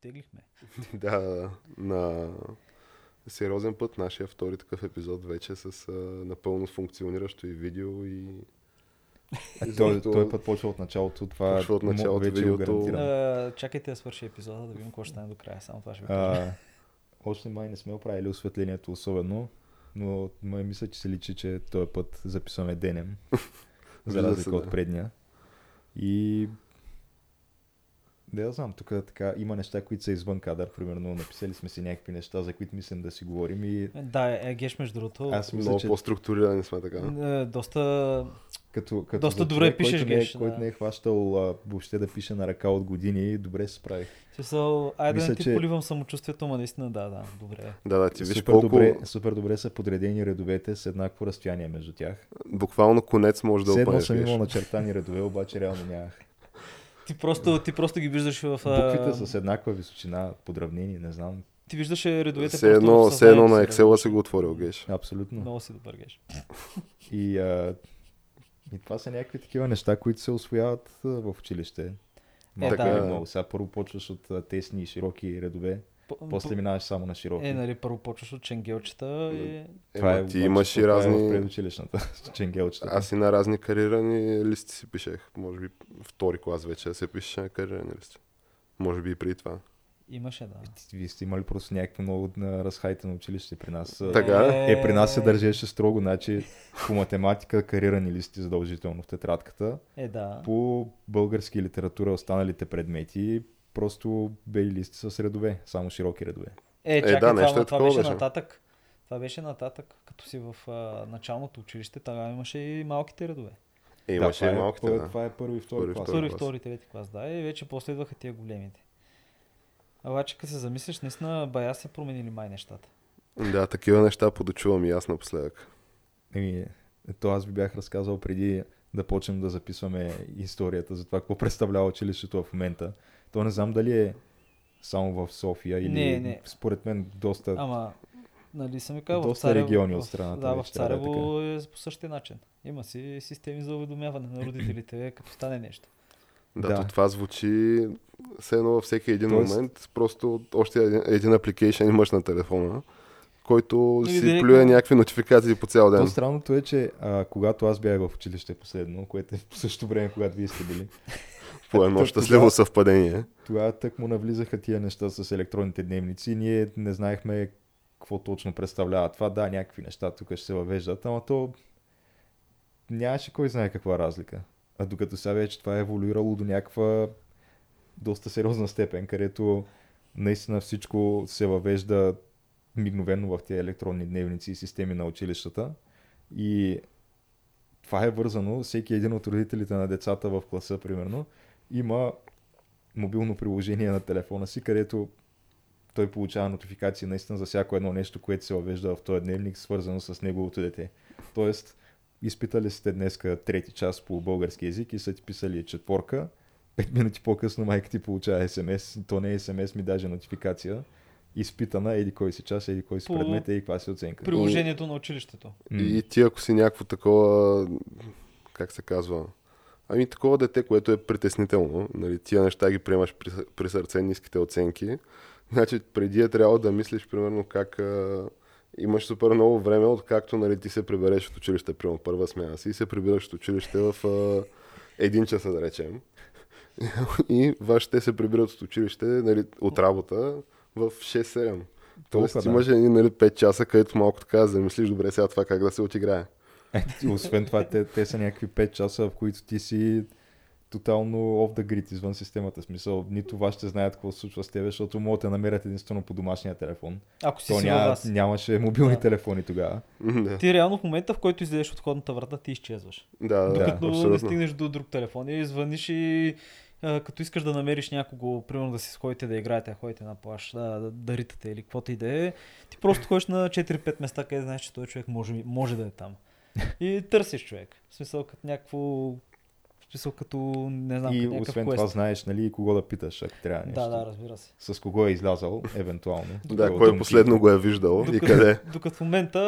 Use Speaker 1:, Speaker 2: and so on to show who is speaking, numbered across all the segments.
Speaker 1: теглихме.
Speaker 2: Да, да, на сериозен път нашия втори такъв епизод вече с а, напълно функциониращо и видео и...
Speaker 3: Е, той, той път почва от началото, това
Speaker 2: Почва от
Speaker 3: мо-
Speaker 2: началото,
Speaker 3: вече го
Speaker 2: видеото.
Speaker 3: гарантирам.
Speaker 1: А, чакайте да свърши епизода, да видим какво ще стане до края. Само това ще ви кажа.
Speaker 3: А, още май не сме оправили осветлението особено, но май мисля, че се личи, че този път записваме денем, за
Speaker 2: Вижда се,
Speaker 3: разлика
Speaker 2: да.
Speaker 3: от предния. И да я знам, тук така има неща, които са извън кадър, примерно написали сме си някакви неща, за които мислим да си говорим и
Speaker 1: Да, е, Геш, между другото,
Speaker 3: аз мисля,
Speaker 2: Много
Speaker 3: че
Speaker 2: по-структурирани сме така.
Speaker 1: е, доста
Speaker 3: като, като
Speaker 1: доста
Speaker 3: за
Speaker 1: добре
Speaker 3: човек,
Speaker 1: пишеш,
Speaker 3: който не, е,
Speaker 1: Геш,
Speaker 3: който
Speaker 1: да.
Speaker 3: не е хващал а, въобще да пише на ръка от години, добре се справих.
Speaker 1: В Смисъл, айде да
Speaker 3: Мисля,
Speaker 1: не ти
Speaker 3: че-
Speaker 1: поливам самочувствието, ма наистина да, да, добре.
Speaker 2: Да, да, ти виж
Speaker 3: супер,
Speaker 2: колко...
Speaker 3: добре, супер добре са подредени редовете с еднакво разстояние между тях.
Speaker 2: Буквално конец може да
Speaker 3: Все едно
Speaker 2: опънеш.
Speaker 3: съм
Speaker 2: виж.
Speaker 3: имал начертани редове, обаче реално нямах.
Speaker 1: Ти просто, ти просто ги виждаш в... а,
Speaker 3: Буквите с еднаква височина, подравнени, не знам,
Speaker 1: Ти виждаше редовете
Speaker 2: Все
Speaker 1: просто
Speaker 2: едно,
Speaker 1: в
Speaker 2: все едно на
Speaker 1: съзнанието си, да.
Speaker 2: Excel си го отворил, геш.
Speaker 3: абсолютно.
Speaker 1: Много си добър Геш.
Speaker 3: И, а, и това са някакви такива неща, които се освояват а, в училище. Малко
Speaker 1: Е, да.
Speaker 3: или много. Сега първо почваш от а, тесни и широки редове,
Speaker 1: По-
Speaker 3: после минаваш само на широки.
Speaker 1: Е, нали, първо почваш от ченгелчета и...
Speaker 2: Ема, ти
Speaker 3: обаче-
Speaker 2: имаш и
Speaker 3: това е
Speaker 2: разни-
Speaker 3: в предучилищната, с ченгелчетата.
Speaker 2: Аз и на разни карирани листи си пишех. Може би втори клас вече се пише на карирани листи. Може би и при това.
Speaker 1: Имаше, да.
Speaker 3: Вие сте имали просто някакво много на разхайтено училище при нас. а,
Speaker 2: Така.
Speaker 3: Е, при нас се държеше строго, значи по математика карирани листи задължително в тетрадката.
Speaker 1: Е, да.
Speaker 3: По български литература останалите предмети просто бели листи с редове, само широки редове.
Speaker 1: Е,
Speaker 2: да,
Speaker 1: чакай, това,
Speaker 2: нещо е
Speaker 1: ама това
Speaker 2: такова
Speaker 1: беше
Speaker 2: беше.
Speaker 1: нататък. Това беше нататък, като си в а, началното училище, тогава имаше и малките редове.
Speaker 2: Е, имаше
Speaker 3: това
Speaker 2: и
Speaker 3: е
Speaker 2: малките,
Speaker 3: пър-
Speaker 2: да.
Speaker 3: Това е първи и втори
Speaker 2: Първи и
Speaker 3: клас.
Speaker 2: втори.
Speaker 1: Първи,
Speaker 2: клас.
Speaker 1: втори, трети клас, да. И вече после идваха тия големите. Обаче, като се замислиш, наистина бая се променили май нещата.
Speaker 2: Да, такива неща подочувам и аз напоследък.
Speaker 3: Еми, то аз ви бях разказал преди да почнем да записваме историята за това какво представлява училището в момента. То не знам дали е само в София или
Speaker 1: Не, не.
Speaker 3: според мен доста
Speaker 1: Ама, нали съм ви казал, в
Speaker 3: Доста
Speaker 1: Царево,
Speaker 3: региони от
Speaker 1: в-
Speaker 3: страната
Speaker 1: Да, в
Speaker 3: вече трябва да е
Speaker 1: Царево е по същия начин. Има си системи за уведомяване на родителите, като стане нещо.
Speaker 2: Да,
Speaker 3: Да.
Speaker 2: да. това звучи все едно във всеки един
Speaker 3: Тоест-
Speaker 2: Тоест... момент. Просто още един- един апликейшън имаш на телефона, който
Speaker 1: Или
Speaker 2: си
Speaker 1: директно-
Speaker 2: плюе някакви нотификации по цял
Speaker 3: То
Speaker 2: ден.
Speaker 3: странното е, че а, когато аз бях в училище последно, което е по същото време, когато вие сте били,
Speaker 2: По едно
Speaker 3: Та-
Speaker 2: щастливо
Speaker 3: тогава-
Speaker 2: съвпадение.
Speaker 3: тогава тък му навлизаха тия неща с електронните дневници и ние не знаехме какво точно представлява това. Да, някакви неща тук ще се въвеждат, ама то нямаше кой знае каква разлика. А докато сега вече това е еволюирало до някаква доста сериозна степен, където наистина всичко се въвежда мигновено в тези електронни дневници и системи на училищата. И това е вързано, всеки един от родителите на децата в класа, примерно, има мобилно приложение на телефона си, където той получава нотификации наистина за всяко едно нещо, което се въвежда в този дневник, свързано с неговото дете. Тоест, изпитали сте днеска трети час по български язик и са ти писали четворка, пет минути по-късно майка ти получава смс, то не е смс, ми даже нотификация, изпитана, еди кой си час, еди кой си
Speaker 1: По-
Speaker 3: предмет, еди каква си оценка.
Speaker 1: Приложението на училището.
Speaker 3: М.
Speaker 2: И ти ако си някакво такова, как се казва, ами такова дете, което е притеснително, нали, тия неща ги приемаш при, съ- при сърце ниските оценки, значи преди е трябвало да мислиш примерно как а, имаш супер много време, откакто нали, ти се прибереш от училище, примерно първа смяна си и се прибираш от училище в а, един час, да речем. и вашите се прибират от училище, нали, от работа в 6-7. Тоест
Speaker 3: Толкова,
Speaker 2: ти
Speaker 3: да.
Speaker 2: имаш едни нали, 5 часа, където малко така да замислиш добре сега това как да се отиграе.
Speaker 3: И освен това, те, те са някакви 5 часа, в които ти си тотално off the grid, извън системата. В Смисъл, нито вас ще знаят какво се случва с тебе, защото могат да те намерят единствено по домашния телефон.
Speaker 1: Ако си
Speaker 3: То
Speaker 1: си
Speaker 3: ня,
Speaker 1: във вас.
Speaker 3: нямаше мобилни
Speaker 1: Да.
Speaker 3: телефони тогава.
Speaker 2: М, Да,
Speaker 1: Ти реално в момента, в който излезеш от ходната врата, ти изчезваш.
Speaker 2: да, да,
Speaker 1: Докато не
Speaker 2: абсолютно.
Speaker 1: стигнеш до друг телефон и звъниш и а, като искаш да намериш някого, примерно да си сходите да играете, а ходите на плаш, да, да, да ритате или каквото и да е, ти просто ходиш на 4-5 места, къде знаеш, че този човек може, може да е там. И търсиш човек. В смисъл като някакво... В смисъл като... Не знам,
Speaker 3: и
Speaker 1: като някакъв
Speaker 3: освен
Speaker 1: квест.
Speaker 3: това знаеш, нали, и кого да питаш, ако трябва нещо.
Speaker 1: Да, да, разбира се.
Speaker 3: С кого е излязал, евентуално.
Speaker 2: Да, кой последно го е виждал и къде.
Speaker 1: докато в момента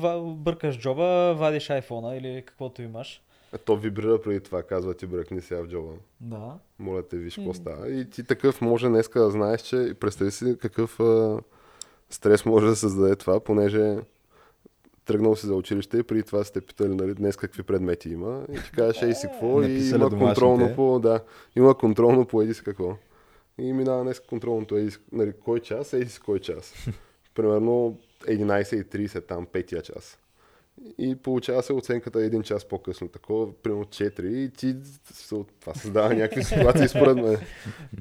Speaker 1: ва- бъркаш джоба, вадиш айфона или каквото имаш.
Speaker 2: А то вибрира преди това, казва ти бръкни сега в джоба.
Speaker 1: Да.
Speaker 2: Моля те, виж какво става. И ти такъв може днеска да знаеш, че и представи си какъв а, стрес може да създаде това, понеже тръгнал си за училище и преди това сте питали нали, днес какви предмети има. И ти кажеш, ей си какво, и
Speaker 3: Написали
Speaker 2: има
Speaker 3: домашните.
Speaker 2: контролно по, да, има контролно по еди си какво. И минава днес контролното еди си, нали, кой час, еди си кой час. Примерно 11.30, там петия час. И получава се оценката един час по-късно. Такова, примерно 4. И ти, се- това създава някакви ситуации според мен.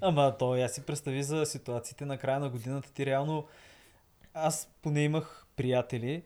Speaker 1: Ама то я си представи за ситуациите на края на годината ти реално. Аз поне имах приятели,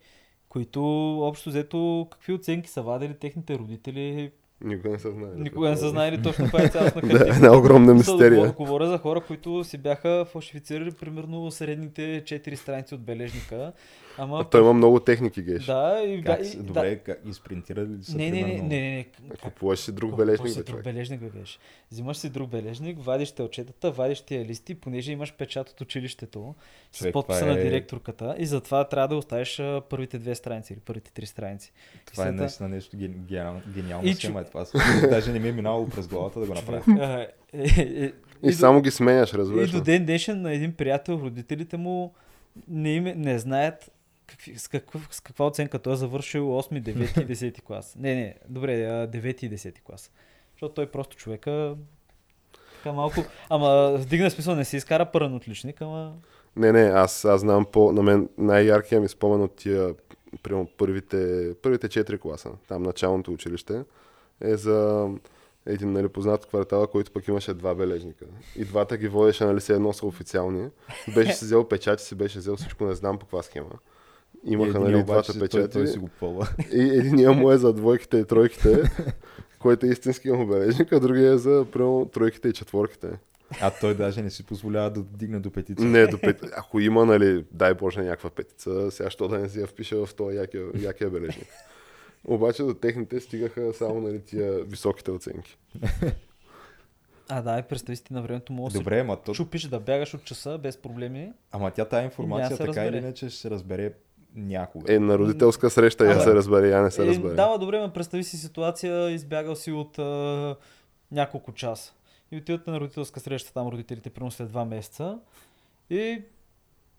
Speaker 1: които общо взето какви оценки са вадили техните родители,
Speaker 2: Никога не се знае.
Speaker 1: никога не са знаели точно каква е цялостна
Speaker 2: Да,
Speaker 1: картина.
Speaker 2: една огромна
Speaker 1: Мисъл,
Speaker 2: мистерия.
Speaker 1: говоря- Говоря за хора, които си бяха фалшифицирали примерно средните 4 страници от бележника. Ама...
Speaker 2: А той има много техники, геш.
Speaker 1: Да, и, бя-
Speaker 3: Как,
Speaker 1: и
Speaker 3: се-
Speaker 1: да.
Speaker 3: добре, как, изпринтирали ли са?
Speaker 1: Не, не, не, не,
Speaker 3: примерно?
Speaker 1: не, не. Как-
Speaker 2: Купуваш си друг
Speaker 1: Кой-
Speaker 2: бележник,
Speaker 1: кой си
Speaker 2: бе,
Speaker 1: друг
Speaker 2: човек.
Speaker 1: бележник, бе, беше. Взимаш си друг бележник, вадиш телчетата, вадиш тия листи, понеже имаш печат от училището с
Speaker 3: Човек,
Speaker 1: подписа
Speaker 3: това
Speaker 1: на
Speaker 3: е-
Speaker 1: директорката и затова трябва да оставиш а, първите две страници или първите три страници. И
Speaker 3: Това е
Speaker 1: след това-
Speaker 3: наистина нещо ген- гениално, гениална
Speaker 1: И
Speaker 3: схема.
Speaker 1: чу-
Speaker 3: Е това. Даже не ми е минало през главата да го направя.
Speaker 1: А, е, е, е,
Speaker 2: И
Speaker 1: до-
Speaker 2: само ги сменяш,
Speaker 1: И
Speaker 2: разбираш.
Speaker 1: до
Speaker 2: ли?
Speaker 1: ден днешен на един приятел, родителите му не, им, е- не знаят какви, с, какъв, с каква оценка той е завършил 8, 9 и 10 клас. Не, не, добре, а, 9 и 10 клас. Защото той е просто човека така малко... Ама вдигна смисъл, не се изкара първен отличник, ама...
Speaker 2: Не, не, аз, аз знам по... На мен най-яркия ми спомен от тия прямо първите, първите четири класа, там началното училище, е за един нали, познат от квартала, който пък имаше два бележника. И двата ги водеше, нали, се едно са официални. Беше си взел печати, си беше взел всичко, не знам по каква схема. Имаха,
Speaker 3: Единия
Speaker 2: нали,
Speaker 3: обаче
Speaker 2: двата
Speaker 3: си- Той,
Speaker 2: печати.
Speaker 3: той си го пълва.
Speaker 2: И единия му е за двойките и тройките, който е истинския му бележник, а другия е за прямо тройките и четворките.
Speaker 3: А той даже не си позволява да дигне до петица.
Speaker 2: Не, до пет... ако има, нали, дай Боже, някаква петица, сега що да не си я впиша в този якия, якия е бележник. Обаче до техните стигаха само нали, тия високите оценки.
Speaker 1: А, да, и представи си ти на времето му да
Speaker 3: Добре, ма то...
Speaker 1: се чупиш да бягаш от часа без проблеми.
Speaker 3: Ама тя тази
Speaker 1: Няма
Speaker 3: информация
Speaker 1: да се
Speaker 3: така или
Speaker 1: разбере.
Speaker 3: иначе ще се разбере някога.
Speaker 2: Е, на родителска среща я
Speaker 1: Абе.
Speaker 2: се разбере, я не се
Speaker 1: Е,
Speaker 2: разбере.
Speaker 1: дава добре, ме представи си ситуация, избягал си от а, няколко часа. И отиват на родителска среща там родителите, примерно след два месеца. И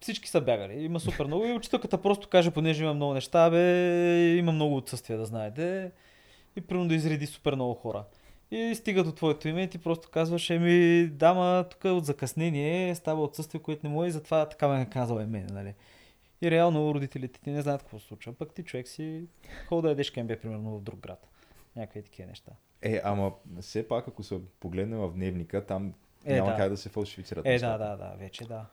Speaker 1: всички са бягали. Има супер много. И учителката просто каже, понеже има много неща, бе, има много отсъствия, да знаете. И примерно да изреди супер много хора. И стига до твоето име и ти просто казваш, еми, дама, тук е от закъснение става отсъствие, което не може и затова така ме е казал е мен, нали? И реално родителите ти не знаят какво се случва, пък ти човек си хол да ядеш кембе, примерно в друг град. Някакви такива неща.
Speaker 3: Е, ама все пак, ако се погледнем в дневника, там
Speaker 1: Е,
Speaker 3: няма
Speaker 1: да.
Speaker 3: как да се фалшифицират.
Speaker 1: Е, да,
Speaker 3: нещата.
Speaker 1: да, да, вече да.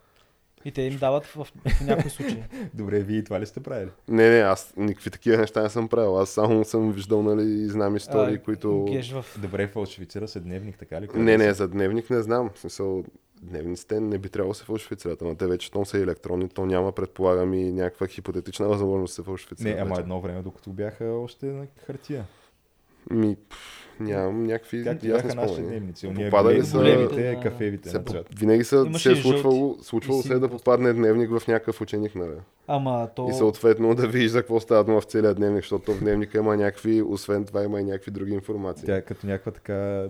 Speaker 1: И те им дават в, в някои случаи.
Speaker 3: Добре, вие и това ли сте правили?
Speaker 2: Не, не, аз никакви такива неща не съм правил. Аз само съм виждал, нали, и знам истории,
Speaker 1: А,
Speaker 2: които...
Speaker 1: Геш в...
Speaker 3: Добре, фалшифицира се дневник, така ли?
Speaker 2: Не, не, за дневник не знам. В смисъл, дневниците не би трябвало да се фалшифицират, ама те вече том са електронни, то няма, предполагам, и някаква хипотетична възможност да се
Speaker 3: Не,
Speaker 2: фалшифицират.
Speaker 3: ама
Speaker 2: вече.
Speaker 3: едно време, докато бяха още на хартия.
Speaker 2: Ми, пф, нямам някакви
Speaker 3: Както бяха
Speaker 2: ясни
Speaker 3: нашите
Speaker 2: спомени.
Speaker 3: дневници. Уния
Speaker 2: Попадали
Speaker 3: големи-
Speaker 2: са-
Speaker 3: големите
Speaker 1: Да.
Speaker 3: кафевите
Speaker 2: Се,
Speaker 3: на цвят.
Speaker 2: винаги са,
Speaker 1: Имаше
Speaker 2: се е
Speaker 1: и жълти,
Speaker 2: случвало, случвало
Speaker 1: и
Speaker 2: се е
Speaker 1: сини
Speaker 2: да
Speaker 1: просто.
Speaker 2: попадне дневник в някакъв ученик, нали?
Speaker 1: Ама то...
Speaker 2: И съответно да видиш за какво става дума в целия дневник, защото в дневника има някакви, освен това има и някакви други информации.
Speaker 3: Тя е като някаква така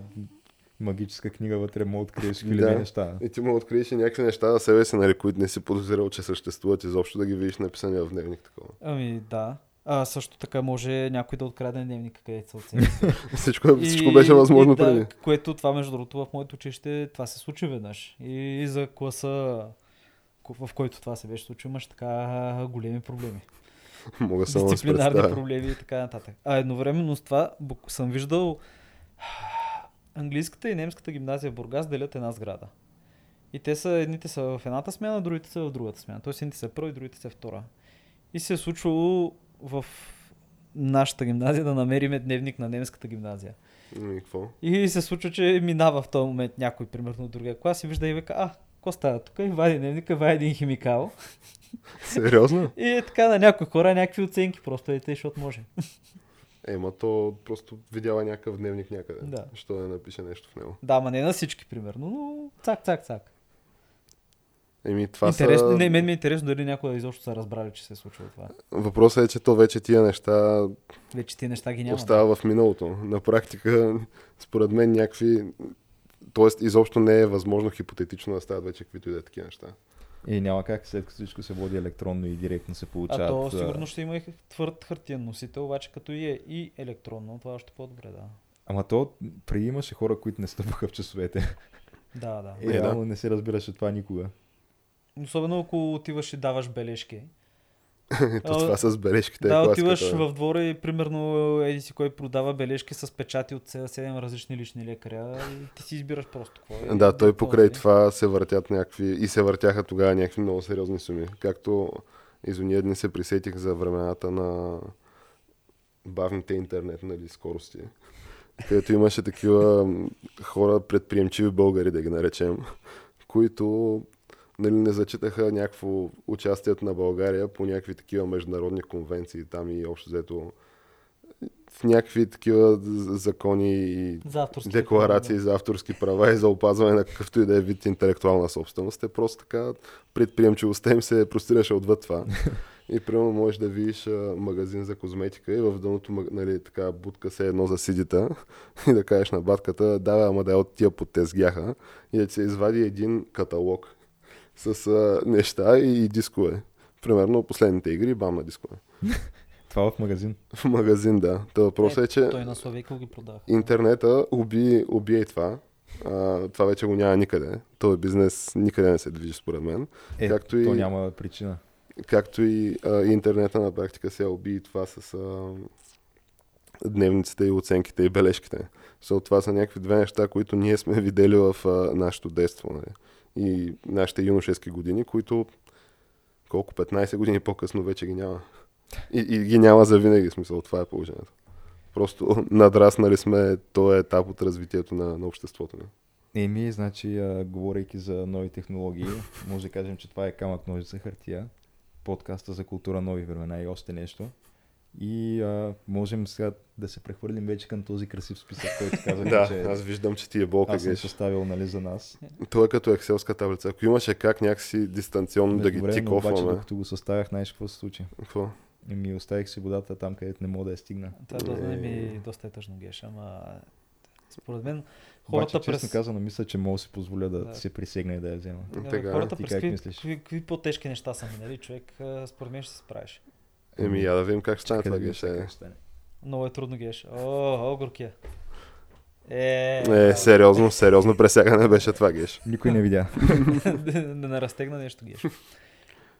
Speaker 3: магическа книга вътре, му откриеш хиляди
Speaker 2: Да.
Speaker 3: неща.
Speaker 2: И ти му откриеш и някакви неща за себе си, нали, които не си подозирал, че съществуват, изобщо да ги видиш написани в дневник такова.
Speaker 1: Ами да. А, също така може някой да открадне дневника, където са оценки.
Speaker 2: Всичко, всичко беше възможно
Speaker 1: и, да,
Speaker 2: преди.
Speaker 1: Което това, между другото, в моето училище, това се случи веднъж. И за класа, ко- в който това се беше случило, имаш така големи проблеми.
Speaker 2: Мога само да си
Speaker 1: дисциплинарни
Speaker 2: представя.
Speaker 1: проблеми и така нататък. А едновременно с това бук- съм виждал английската и немската гимназия в Бургас делят една сграда. И те са, едните са в едната смяна, другите са в другата смяна. Тоест едните са първа и другите са втора. И се е случвало в нашата гимназия да намериме дневник на немската гимназия.
Speaker 2: И Ами, какво?
Speaker 1: И се случва, че минава в този момент някой, примерно от другия клас и вижда и века, а, какво става тук? И вади дневника, вади един химикал.
Speaker 2: Сериозно?
Speaker 1: И е така на някои хора някакви оценки, просто е те, защото може.
Speaker 2: Ема то просто видяла някакъв дневник някъде.
Speaker 1: Да.
Speaker 2: Що да не напише нещо в него.
Speaker 1: Да, ма не на всички, примерно, но цак, цак, цак.
Speaker 2: Еми, това
Speaker 1: Това интересно,
Speaker 2: са...
Speaker 1: Не, мен ми е интересно дали някой изобщо са разбрали, че се е случило това.
Speaker 2: Въпросът е, че то вече тия неща
Speaker 1: Вече тия неща ги няма.
Speaker 2: остава в миналото. На практика, според мен, някакви... Тоест, изобщо не е възможно хипотетично да стават вече каквито и да е такива неща.
Speaker 3: И няма как, след като всичко се води електронно и директно се получават.
Speaker 1: А то
Speaker 3: а,
Speaker 1: сигурно ще има и твърд хартиен носител, обаче като и е и електронно, това още по-добре, да.
Speaker 3: Ама то преди имаше хора, които не стъпваха в часовете.
Speaker 1: Да, да.
Speaker 3: И
Speaker 2: Е, да.
Speaker 3: реално не се разбираше това никога.
Speaker 1: Особено ако отиваш и даваш бележки.
Speaker 2: Ето това с бележките. е
Speaker 1: да,
Speaker 2: класиката,
Speaker 1: отиваш
Speaker 2: бе.
Speaker 1: в двора и примерно еди си кой продава бележки с печати от 7 различни лични лекаря и ти си избираш просто кой. е.
Speaker 2: Да, той покрай
Speaker 1: нали?
Speaker 2: това се въртят някакви и се въртяха тогава някакви много сериозни суми. Както изуния дни се присетих за времената на бавните интернет нали, скорости, където имаше такива м, хора, предприемчиви българи, да ги наречем, които нали, не зачитаха някакво участието на България по някакви такива международни конвенции там и общо взето в някакви такива з- закони и
Speaker 1: За авторски.
Speaker 2: декларации за авторски права и за опазване на какъвто и да е вид интелектуална собственост. Те просто така предприемчивостта им се простираше отвъд това. И примерно можеш да видиш а, магазин за козметика и в дъното маг- нали, така будка се едно за сидита и да кажеш на батката, да, бе, ама да е от тия под тезгяха и да ти се извади един каталог с а, неща и, и дискове. Примерно последните игри, бам на дискове.
Speaker 3: Това в магазин.
Speaker 2: В магазин, да. Та въпросът е, че
Speaker 1: Той на Словейко ги продава.
Speaker 2: интернета уби, уби и това. А, това вече го няма никъде. Този бизнес никъде не се движи, според мен.
Speaker 3: Е,
Speaker 2: Както
Speaker 3: то
Speaker 2: и-
Speaker 3: няма причина.
Speaker 2: Както и а, интернета на практика сега уби и това с а, дневниците и оценките и бележките. Защото това са някакви две неща, които ние сме видели в а, нашето детство нали? и нашите юношески години, които колко 15 години по-късно вече ги няма. И, и ги няма за винаги, смисъл, това е положението. Просто надраснали сме този етап от развитието на, на обществото нали. ни.
Speaker 3: Еми, значи, а, говорейки за нови технологии, може да кажем, че това е камък ножица хартия, подкаста за култура нови времена и още нещо. И а, можем сега да се прехвърлим вече към този красив списък, който казах,
Speaker 2: Да,
Speaker 3: че
Speaker 2: аз виждам, че ти е болка,
Speaker 3: аз съм
Speaker 2: Геш.
Speaker 3: съставил нали, за нас.
Speaker 2: Той е като екселска таблица. Ако имаше как някакси дистанционно да ги
Speaker 3: Междувременно обаче,
Speaker 2: тикофваме.
Speaker 3: докато го съставях, знаеш какво се случи.
Speaker 2: Какво?
Speaker 3: И ми оставих си водата там, където не мога да я стигна.
Speaker 1: Това да не
Speaker 2: Е.
Speaker 1: ми доста е тъжно геш, ама е, според мен
Speaker 3: Обаче,
Speaker 1: хората
Speaker 3: честно
Speaker 1: през...
Speaker 3: казано, мисля, че мога да си позволя да,
Speaker 1: Да.
Speaker 3: се присегна и да я взема.
Speaker 1: Абе,
Speaker 2: Така.
Speaker 1: хората
Speaker 3: Ти
Speaker 1: през
Speaker 3: как
Speaker 1: какви,
Speaker 3: мислиш?
Speaker 1: какви, какви по-тежки неща са минали, човек, а, според мен ще се справиш.
Speaker 2: Еми, я да видим как ще стане
Speaker 3: Чакай
Speaker 2: това,
Speaker 3: да видя
Speaker 2: Геш.
Speaker 3: сега
Speaker 2: Е,
Speaker 3: как ще стане.
Speaker 1: Много е трудно геш. О, о, горкия. Е,
Speaker 2: Е, сериозно, сериозно пресягане беше това, Геш.
Speaker 3: Никой не видя.
Speaker 1: да не наразтегна нещо геш.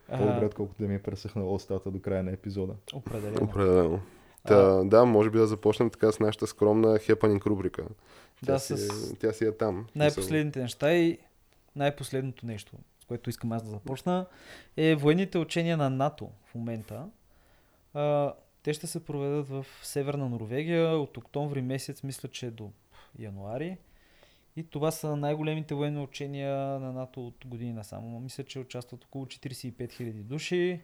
Speaker 1: А,
Speaker 3: По-добре, отколкото да ми е пресъхнала устата до края на епизода.
Speaker 1: Определено.
Speaker 2: Определено. Та, да, може би да започнем така с нашата скромна хепанинг рубрика. Тя,
Speaker 1: Да,
Speaker 2: си,
Speaker 1: с
Speaker 2: е- тя си е там.
Speaker 1: най-последните неща и най-последното нещо, с което искам аз да започна, е военните учения на НАТО в момента. А, те ще се проведат в Северна Норвегия от октомври месец, мисля, че е до януари. И това са най-големите военни учения на НАТО от години насам. Мисля, че участват около 45 000 души.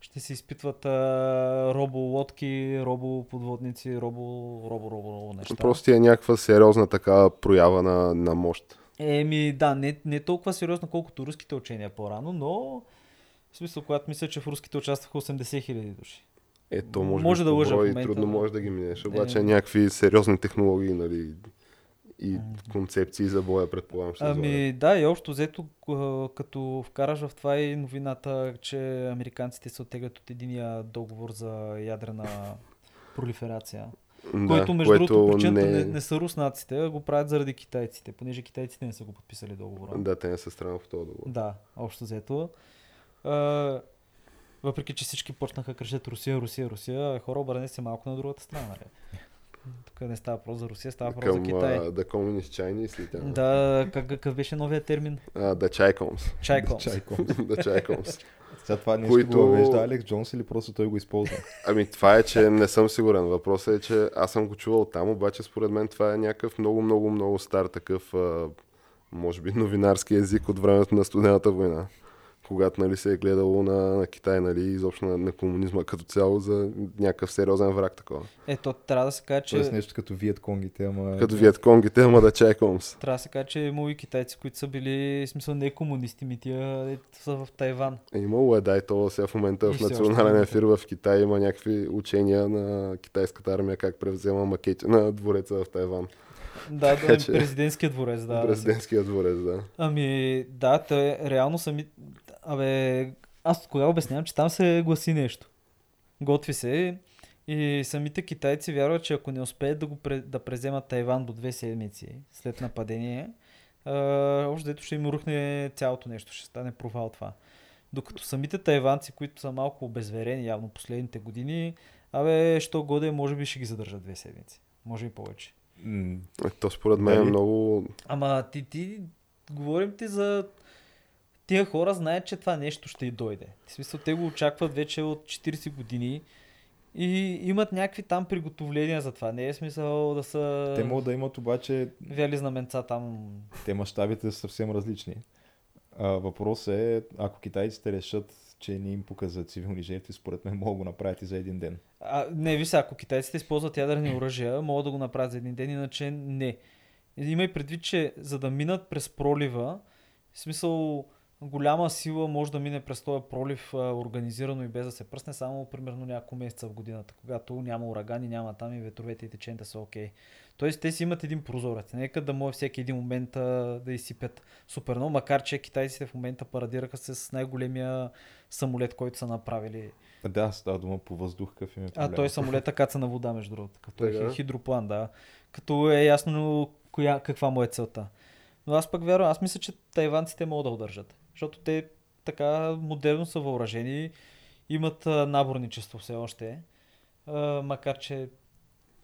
Speaker 1: Ще се изпитват а, роболодки, робоподводници, робо, робо, робо, робо неща.
Speaker 2: Просто е някаква сериозна така проява на, на мощ.
Speaker 1: Еми, да, не, не толкова сериозно, колкото руските учения по-рано, но в смисъл, когато мисля, че в руските участваха 80 хиляди души.
Speaker 2: Ето, Е, може,
Speaker 1: Може
Speaker 2: би
Speaker 1: да
Speaker 2: по
Speaker 1: лъжа в
Speaker 2: брой
Speaker 1: момента,
Speaker 2: трудно
Speaker 1: но-
Speaker 2: можеш да ги минеш. Обаче
Speaker 1: Е.
Speaker 2: някакви сериозни технологии, нали, и концепции за боя, предполагам, ще излагат.
Speaker 1: Ами да, и общо взето, к- като вкараш в това и новината, че американците се оттеглят от единия договор за ядрена пролиферация.
Speaker 2: Да,
Speaker 1: който, между другото, причината не...
Speaker 2: е-
Speaker 1: Не, не са руснаците, а го правят заради китайците, понеже китайците не са го подписали договора.
Speaker 2: Да, те не са страна в този договор.
Speaker 1: Да, общо взето. А, въпреки, че всички почнаха да крещят Русия, Русия, Русия, хора, обърне се малко на другата страна. Нали? Тук не става въпрос за Русия, става въпрос за
Speaker 2: Към
Speaker 1: Китай.
Speaker 2: а, The Communist Chinese ли тя?
Speaker 1: Да, как, какъв беше новия термин?
Speaker 2: А, The Chicoms.
Speaker 1: Чайко.
Speaker 3: Чайко.
Speaker 2: The Chicoms.
Speaker 3: Сега това нещо
Speaker 2: Които-
Speaker 3: Които... го въвежда Алекс Джонс или просто той го използва?
Speaker 2: Ами това е, че не съм сигурен. Въпросът е, че аз съм го чувал там, обаче според мен това е някакъв много, много, много стар такъв, а, може би новинарски език от времето на студената война. когато нали, се е гледало на, на Китай, нали, изобщо на, на комунизма като цяло за някакъв сериозен враг такова.
Speaker 1: Ето, трябва да се каже, че...
Speaker 3: Тоест е нещо като виетконгите,
Speaker 1: Е,
Speaker 3: ама...
Speaker 2: Като виетконгите, ама да чай комс.
Speaker 1: Трябва да се каже, че има и китайци, които са били, в смисъл не комунисти, ми тия дето са в Тайван.
Speaker 2: Е, Имало е, дай то сега в момента
Speaker 1: И
Speaker 2: в
Speaker 1: все още
Speaker 2: национален
Speaker 1: има.
Speaker 2: ефир в Китай има някакви учения на китайската армия как превзема макети на двореца в Тайван.
Speaker 1: Да,
Speaker 2: Така
Speaker 1: да,
Speaker 2: че-
Speaker 1: президентския дворец, да. да се
Speaker 2: Президентския дворец, да.
Speaker 1: Ами, да, те реално сами... Абе, аз от кога обяснявам, че там се гласи нещо. Готви се и самите китайци вярват, че ако не успеят да, го, пре- да преземат Тайван до две седмици след нападение, а, общо дето ще им рухне цялото нещо, ще стане провал това. Докато самите тайванци, които са малко обезверени явно последните години, абе, що годе, може би ще ги задържат две седмици. Може и повече.
Speaker 3: М,
Speaker 2: Е, То според мен е
Speaker 3: Дали?
Speaker 2: много...
Speaker 1: Ама ти, ти, говорим ти за тия хора знаят, че това нещо ще й дойде. В смисъл, те го очакват вече от 40 години и имат някакви там приготовления за това. Не е смисъл да са
Speaker 3: Те могат да имат обаче
Speaker 1: вяли знаменца там.
Speaker 3: те мащабите са съвсем различни. А, въпросът е, ако китайците решат, че не им пука за цивилни жертви, според мен могат да го направят и за един ден.
Speaker 1: А, не, виж, сега, ако китайците използват ядрени оръжия, могат да го направят за един ден, иначе не. Има и предвид, че за да минат през пролива, в смисъл голяма сила може да мине през този пролив а, организирано и без да се пръсне, само примерно няколко месеца в годината, когато няма урагани, няма там и ветровете и теченията са окей. Тоест те си имат един прозорец. Нека да може всеки един момент а, да изсипят супер много, макар че китайците в момента парадираха се с най-големия самолет, който са направили.
Speaker 3: А, Да, става дума по въздух, какъв им е
Speaker 1: А
Speaker 3: проблема.
Speaker 1: той самолета каца на вода, между другото. Като
Speaker 2: Така.
Speaker 1: е хидроплан, да. Като е ясно коя, каква му е целта. Но аз пък вярвам, аз мисля, че тайванците могат да удържат. Защото те така модерно са въоръжени, имат а, наборничество все още. А, макар, че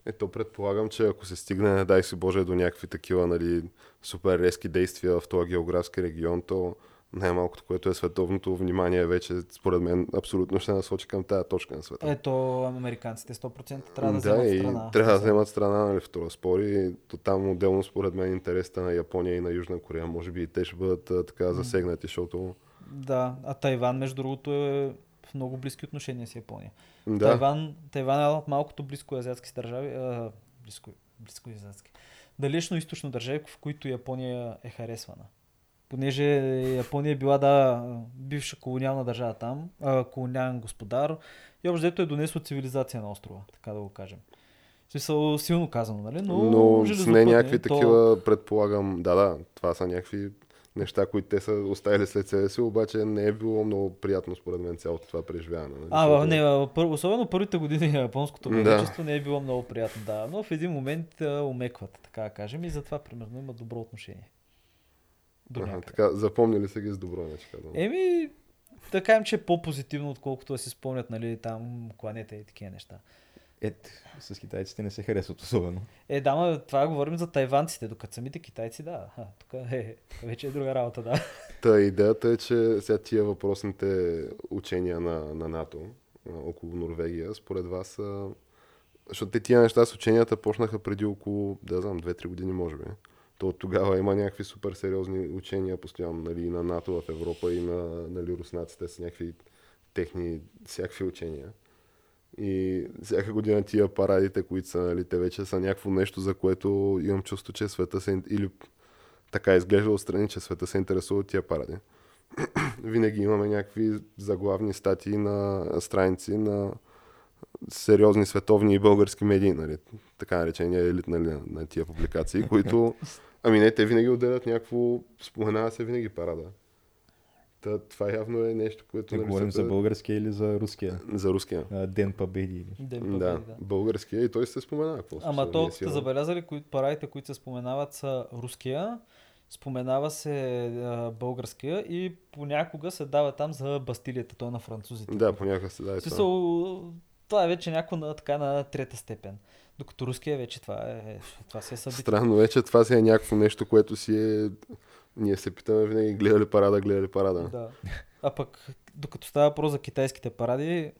Speaker 2: Ето Е, предполагам, че ако се стигне, не дай си Боже, до някакви такива нали, супер резки действия в този географски регион, то най-малкото, което е световното внимание, вече според мен абсолютно ще насочи към тази точка на
Speaker 1: Е,
Speaker 2: света.
Speaker 1: ето американците 100% трябва да,
Speaker 2: да
Speaker 1: вземат
Speaker 2: и
Speaker 1: страна.
Speaker 2: трябва да вземат страна нали, в този спор и то там отделно според мен интересите на Япония и на Южна Корея, може би и те ще бъдат а, така засегнати, защото
Speaker 1: Да, а Тайван, между другото, е в много близки отношения с Япония.
Speaker 2: да,
Speaker 1: Тайван, Тайван е една от малкото близко азиатски държави. А, близко, близко азиатски. Далечно източно държави, в които Япония е харесвана. Понеже Япония е била да, бивша колониална държава там, а, колониален господар, и общо взето е донесло цивилизация на острова, така да го кажем. В смисъл, силно казано, нали? Но,
Speaker 2: но с не
Speaker 1: железопътен, е,
Speaker 2: някакви
Speaker 1: то-
Speaker 2: такива, предполагам, да, да, това са някакви неща, които те са оставили след себе си, обаче не е било много приятно според мен цялото това преживяване. нали,
Speaker 1: А,
Speaker 2: защото-
Speaker 1: бе, не, е бе, пър... особено първите години на японското
Speaker 2: Да.
Speaker 1: владичество не е било много приятно, да. Но в един момент а, умекват, така да кажем, и затова примерно имат добро отношение. До
Speaker 2: Аха,
Speaker 1: някъде.
Speaker 2: така, запомнили са ги с добро, не че казвам.
Speaker 1: Еми, да кажем, че е по-позитивно, отколкото да си спомнят, нали, там кланета и такива неща.
Speaker 3: Е, с китайците не се харесват особено.
Speaker 1: Е, да, ма, това говорим за тайванците, докато самите китайци, да. А, тук е, тук вече е друга работа, да.
Speaker 2: Та идеята е, че сега тия въпросните учения на, на НАТО а, около Норвегия, според вас са... Защото те тия неща с ученията почнаха преди около, да знам, 2-3 години може би. То от тогава има някакви супер сериозни учения постоянно, нали, и на НАТО в Европа и на нали, руснаците с някакви техни, всякакви учения. И всяка година тия парадите, които са, нали, те вече са някакво нещо, за което имам чувство, че света се... ин- Или така изглежда отстрани, че света се интересува от тия паради. Винаги имаме някакви заглавни статии на страници на сериозни световни и български медии, нали? така наречения елит нали, на, на тия публикации, които, ами не, те винаги отделят някакво, споменава се винаги парада. Та, това явно е нещо, което...
Speaker 3: Не говорим за
Speaker 2: света-
Speaker 3: българския или за руския.
Speaker 2: за руския.
Speaker 3: А, Ден победи. или-
Speaker 1: Ден
Speaker 2: Да,
Speaker 1: победи,
Speaker 2: да,
Speaker 1: да.
Speaker 2: българския и той се споменава. Какво
Speaker 1: Ама
Speaker 2: се
Speaker 1: то,
Speaker 2: съмнение
Speaker 1: ако
Speaker 2: си,
Speaker 1: сте забелязали, кои, параите, които се споменават са руския, споменава се а, българския и понякога се дава там за Бастилията, той е на французите.
Speaker 2: Да, понякога се дава
Speaker 1: В
Speaker 2: и това.
Speaker 1: смисъл, това е вече някакво на, така, на трета степен. Докато руския вече това е, това се е събитие.
Speaker 2: Странно е, че това си е някакво нещо, което си е... Ние се питаме винаги, гледали парада, гледали парада. Да.
Speaker 1: Да. А пък, докато става въпрос за китайските паради,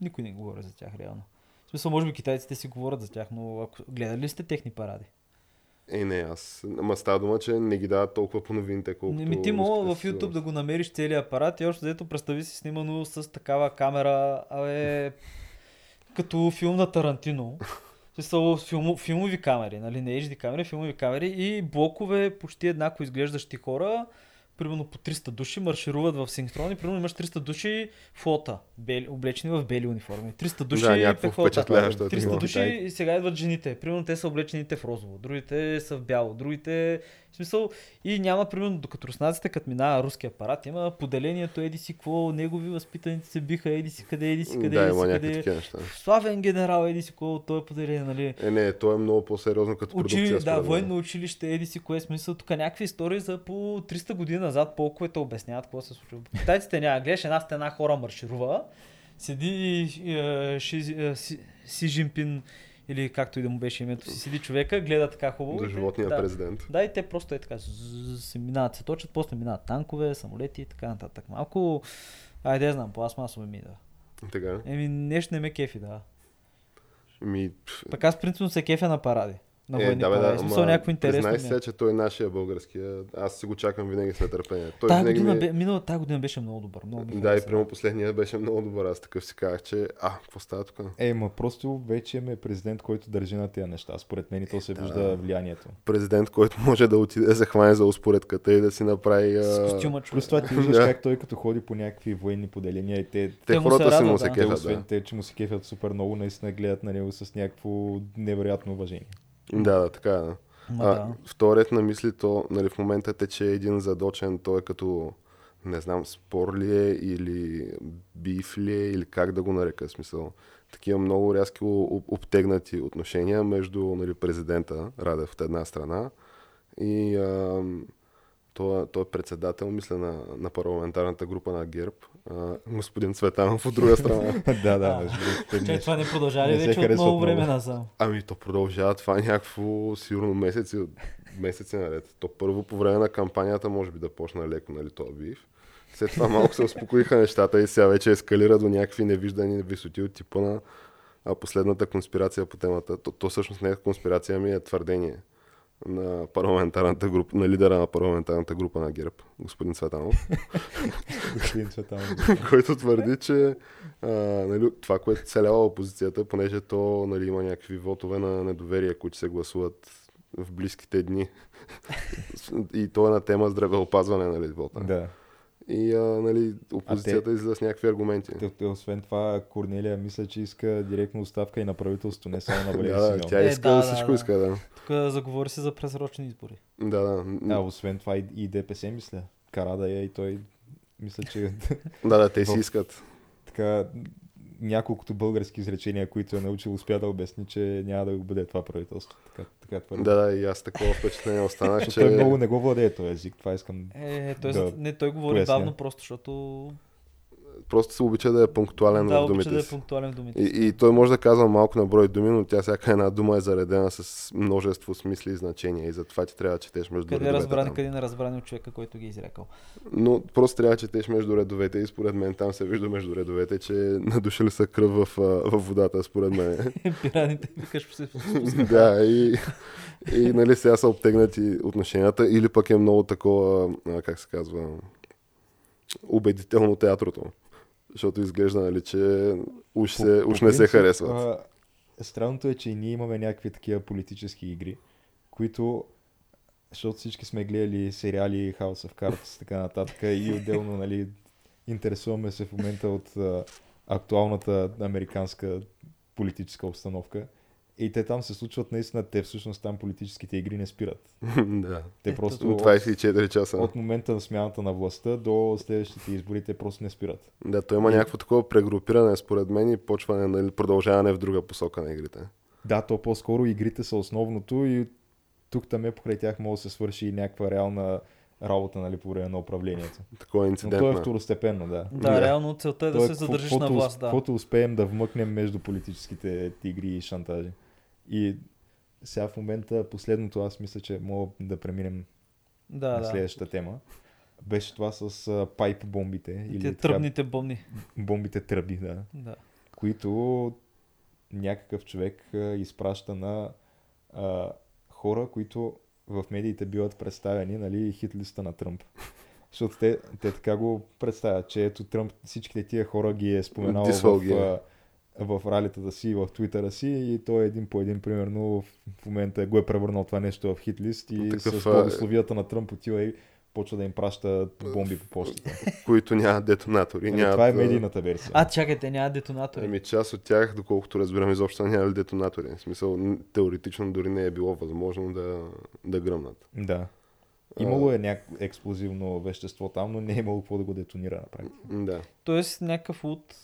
Speaker 1: никой не говори за тях реално. В смисъл, може би китайците си говорят за тях, но ако гледали ли сте техни паради?
Speaker 2: Е, не, аз. Ама става дума, че не ги дават толкова по новините, колкото...
Speaker 1: Ми ти мога Ами, в
Speaker 2: руската
Speaker 1: YouTube
Speaker 2: система.
Speaker 1: да го намериш целият апарат и още дето представи си снимано с такава камера, абе, като филм на Тарантино. В Смисъл, филмо, филмови камери, нали, не HD камери, филмови камери и блокове почти еднакво изглеждащи хора, примерно по 300 души, маршируват в синхрон и примерно имаш 300 души флота, бели, облечени в бели униформи. 300 души
Speaker 2: Да, някакво
Speaker 1: пехота.
Speaker 2: впечатляващо е
Speaker 1: 300
Speaker 2: такова.
Speaker 1: души и сега идват жените. Примерно те са облечените в розово, другите са в бяло, другите... В смисъл, и няма, примерно, докато руснаците, като минава руския апарат, има поделението еди си какво, негови възпитаници се биха еди си къде, еди си къде,
Speaker 2: Да,
Speaker 1: еди си
Speaker 2: има някакви
Speaker 1: къде. е.
Speaker 2: такива неща.
Speaker 1: Славен генерал еди си какво, той е поделение, нали?
Speaker 2: Е, не, то е много по-сериозно като
Speaker 1: Учи,
Speaker 2: продукция.
Speaker 1: да,
Speaker 2: според мен.
Speaker 1: военно училище, еди си, кое е смисъл. Тук някакви истории за по 300 години назад, по което обясняват какво се случва. Китайците няма. Гледаш, една стена хора марширува, седи е, Ши, е, Си, Си Жинпин, или както и да му беше името си, седи човека, гледа така хубаво.
Speaker 2: За
Speaker 1: и те-
Speaker 2: животния
Speaker 1: да.
Speaker 2: президент.
Speaker 1: Да, и те просто е така, ззз, се минават, се точат, после минават танкове, самолети и така нататък. Малко, айде, не знам, пластмасово е ми да.
Speaker 2: Така.
Speaker 1: Еми, нещо не ме кефи, да.
Speaker 2: Ми, пф,
Speaker 1: Пък аз принципно се кефя на паради. На военни
Speaker 2: Е, бе,
Speaker 1: паради. В смисъл,
Speaker 2: ама
Speaker 1: някакво интересно.
Speaker 2: Признай
Speaker 1: ми е.
Speaker 2: се, че той е нашия българския. Аз си го чакам винаги с нетърпение. Той
Speaker 1: Тая
Speaker 2: винаги
Speaker 1: година,
Speaker 2: ми... е-
Speaker 1: бе, минала тая година беше много добър. Много ми
Speaker 2: Да, и
Speaker 1: хареса.
Speaker 2: прямо последния беше много добър. Аз такъв си казах, че а, какво става тук?
Speaker 3: Е, ма просто вече ме е президент, който държи на тези неща. Според мен и
Speaker 2: Е,
Speaker 3: то се вижда влиянието.
Speaker 2: Президент, който може да отиде да се хване за успоредката и да си направи...
Speaker 1: С
Speaker 2: А...
Speaker 1: костюма човек.
Speaker 3: Плюс това ти виждаш
Speaker 2: Да.
Speaker 3: как той като ходи по някакви военни поделения и те,
Speaker 2: Те,
Speaker 1: Те му се
Speaker 2: хората си
Speaker 1: радват,
Speaker 2: му
Speaker 1: да.
Speaker 2: се
Speaker 1: Те
Speaker 3: те
Speaker 2: кефят,
Speaker 3: освен
Speaker 2: да.
Speaker 3: те, че му се кефят супер много, наистина гледат на него с някакво невероятно уважение.
Speaker 2: Да, да, така е. да.
Speaker 1: Ма
Speaker 2: А,
Speaker 1: да.
Speaker 2: вторият на мисли, то нали, в момента тече един задочен, той е като не знам, спор ли е или биф ли е, или как да го нарека, в смисъл. Такива много рязки о- об- обтегнати отношения между нали, президента Радев от една страна и а, той, той е председател, мисля, на, на парламентарната група на ГЕРБ, а, господин Цветанов от друга страна.
Speaker 3: да, да, между другото,
Speaker 1: Че
Speaker 3: не-
Speaker 1: това не продължа ли
Speaker 3: Не се
Speaker 1: вече от
Speaker 3: харесва
Speaker 1: много
Speaker 3: отново.
Speaker 1: време назад?
Speaker 2: Ами то продължава това някакво сигурно месеци, месеци наред. То първо по време на кампанията може би да почна леко, нали, то бив. След това малко се успокоиха нещата и сега вече ескалира до някакви невиждани висоти от типа на а, последната конспирация по темата. То, то всъщност не е конспирация, ами е твърдение на парламентарната група, на лидера на парламентарната група на ГЕРБ, господин Цветанов
Speaker 3: господин Цветанов.
Speaker 2: който твърди, че а, нали, това, което целява опозицията, понеже то нали, има някакви вотове на недоверие, които се гласуват в близките дни. и то е на тема здравеопазване, нали, вота.
Speaker 3: да.
Speaker 2: И а, нали, опозицията излиза с някакви аргументи.
Speaker 3: Те- те- Освен това, Корнелия мисля, че иска директно оставка и на правителство, не само на Валерий
Speaker 2: Да, да,
Speaker 3: Симеонов.
Speaker 2: тя
Speaker 1: Е,
Speaker 2: иска
Speaker 1: да, да,
Speaker 2: всичко
Speaker 1: да.
Speaker 2: иска, да.
Speaker 1: Тук а, заговори се за пресрочни избори.
Speaker 2: Да, да.
Speaker 3: А, освен това и, и ДПС, мисля. Карада я и той, мисля, че
Speaker 2: Да, да, те си искат.
Speaker 3: така няколкото български изречения, които е научил, успя да обясни, че няма да го бъде това правителство. Така, така твърди.
Speaker 2: Да, да, и аз такова впечатление останах,
Speaker 3: Защото той е
Speaker 2: че...
Speaker 3: много не го владее този език, това искам.
Speaker 1: Е, той,
Speaker 3: Да,
Speaker 1: да, не, той говори
Speaker 3: поясня.
Speaker 1: бавно просто, защото
Speaker 2: Просто се обича да е пунктуален
Speaker 1: да,
Speaker 2: в думите
Speaker 1: обича да е
Speaker 2: си.
Speaker 1: пунктуален в думите. си.
Speaker 2: И, и той може да казва малко на брой думи, но тя всяка една дума е заредена с множество смисли и значения и затова ти трябва да четеш между
Speaker 1: Къде е
Speaker 2: редовете.
Speaker 1: разбран,
Speaker 2: там.
Speaker 1: къде не разбран от човека, който ги е изрекал.
Speaker 2: Но просто трябва да четеш между редовете и според мен там се вижда между редовете, че надушили са кръв в, а, в водата, според мен.
Speaker 1: Пираните викаш се
Speaker 2: да, и, и нали сега са обтегнати отношенията или пък е много такова, а, как се казва, убедително театрото. Защото изглежда, нали, че уж, се,
Speaker 3: По- по
Speaker 2: уж не се
Speaker 3: принцип,
Speaker 2: харесват.
Speaker 3: а, Странното е, че и ние имаме някакви такива политически игри, които защото всички сме гледали сериали House of Cards и така нататък и отделно, нали, интересуваме се в момента от а, актуалната американска политическа обстановка. И те там се случват наистина, те всъщност там политическите игри не спират.
Speaker 2: да.
Speaker 3: Те
Speaker 1: Ето.
Speaker 3: просто
Speaker 2: От
Speaker 3: от,
Speaker 2: 24 часа.
Speaker 3: от момента на смяната на властта до следващите избори те просто не спират.
Speaker 2: Да, то има някакво такова прегрупиране, според мен, и почване, нали, продължаване в друга посока на игрите.
Speaker 3: Да, то по-скоро игрите са основното и тук там е покрай тях може да се свърши и някаква реална работа нали, по време на управлението.
Speaker 2: Такова е
Speaker 3: Но то е
Speaker 2: инцидентно.
Speaker 3: второстепенно, да.
Speaker 1: Да,
Speaker 2: Да.
Speaker 1: реално целта е да
Speaker 3: То е
Speaker 1: се
Speaker 3: какво-
Speaker 1: задържиш
Speaker 3: каквото
Speaker 1: на
Speaker 3: ус-
Speaker 1: власт, да.
Speaker 3: Каквото успеем да вмъкнем между политическите игри и шантажи. И сега в момента последното, аз мисля, че мога да преминем
Speaker 1: Да,
Speaker 3: на
Speaker 1: да.
Speaker 3: следващата тема. Беше това с а, пайп бомбите. Или
Speaker 1: Те
Speaker 3: така,
Speaker 1: тръбните бомни.
Speaker 3: бомбите тръби, да.
Speaker 1: Да.
Speaker 3: които някакъв човек а, изпраща на а, хора, които в медиите биват представени, нали, хитлиста на Тръмп. Защото те, те така го представят, че ето Тръмп всичките тия хора ги е споменал
Speaker 2: Дисвал
Speaker 3: в,
Speaker 2: ги е.
Speaker 3: а, в ралитата си, и в твитъра си и той е един по един, примерно, в в момента го е превърнал това нещо в хитлист и
Speaker 2: Такъв,
Speaker 3: с
Speaker 2: а,
Speaker 3: благословията на Тръмп отива и почва да им праща бомби по почтата.
Speaker 2: които нямат детонатори.
Speaker 3: Нали,
Speaker 2: нямат,
Speaker 3: това е
Speaker 2: а,
Speaker 3: медийната версия.
Speaker 1: А, чакай, те нямат детонатори.
Speaker 2: Ами част от тях, доколкото разбирам, изобщо няма детонатори. В смисъл, н- теоретично дори не е било възможно да, да гръмнат.
Speaker 3: Да. Имало е някакво експлозивно вещество там, но не е имало какво да го детонира на практика.
Speaker 2: М, Да.
Speaker 1: Тоест някакъв от...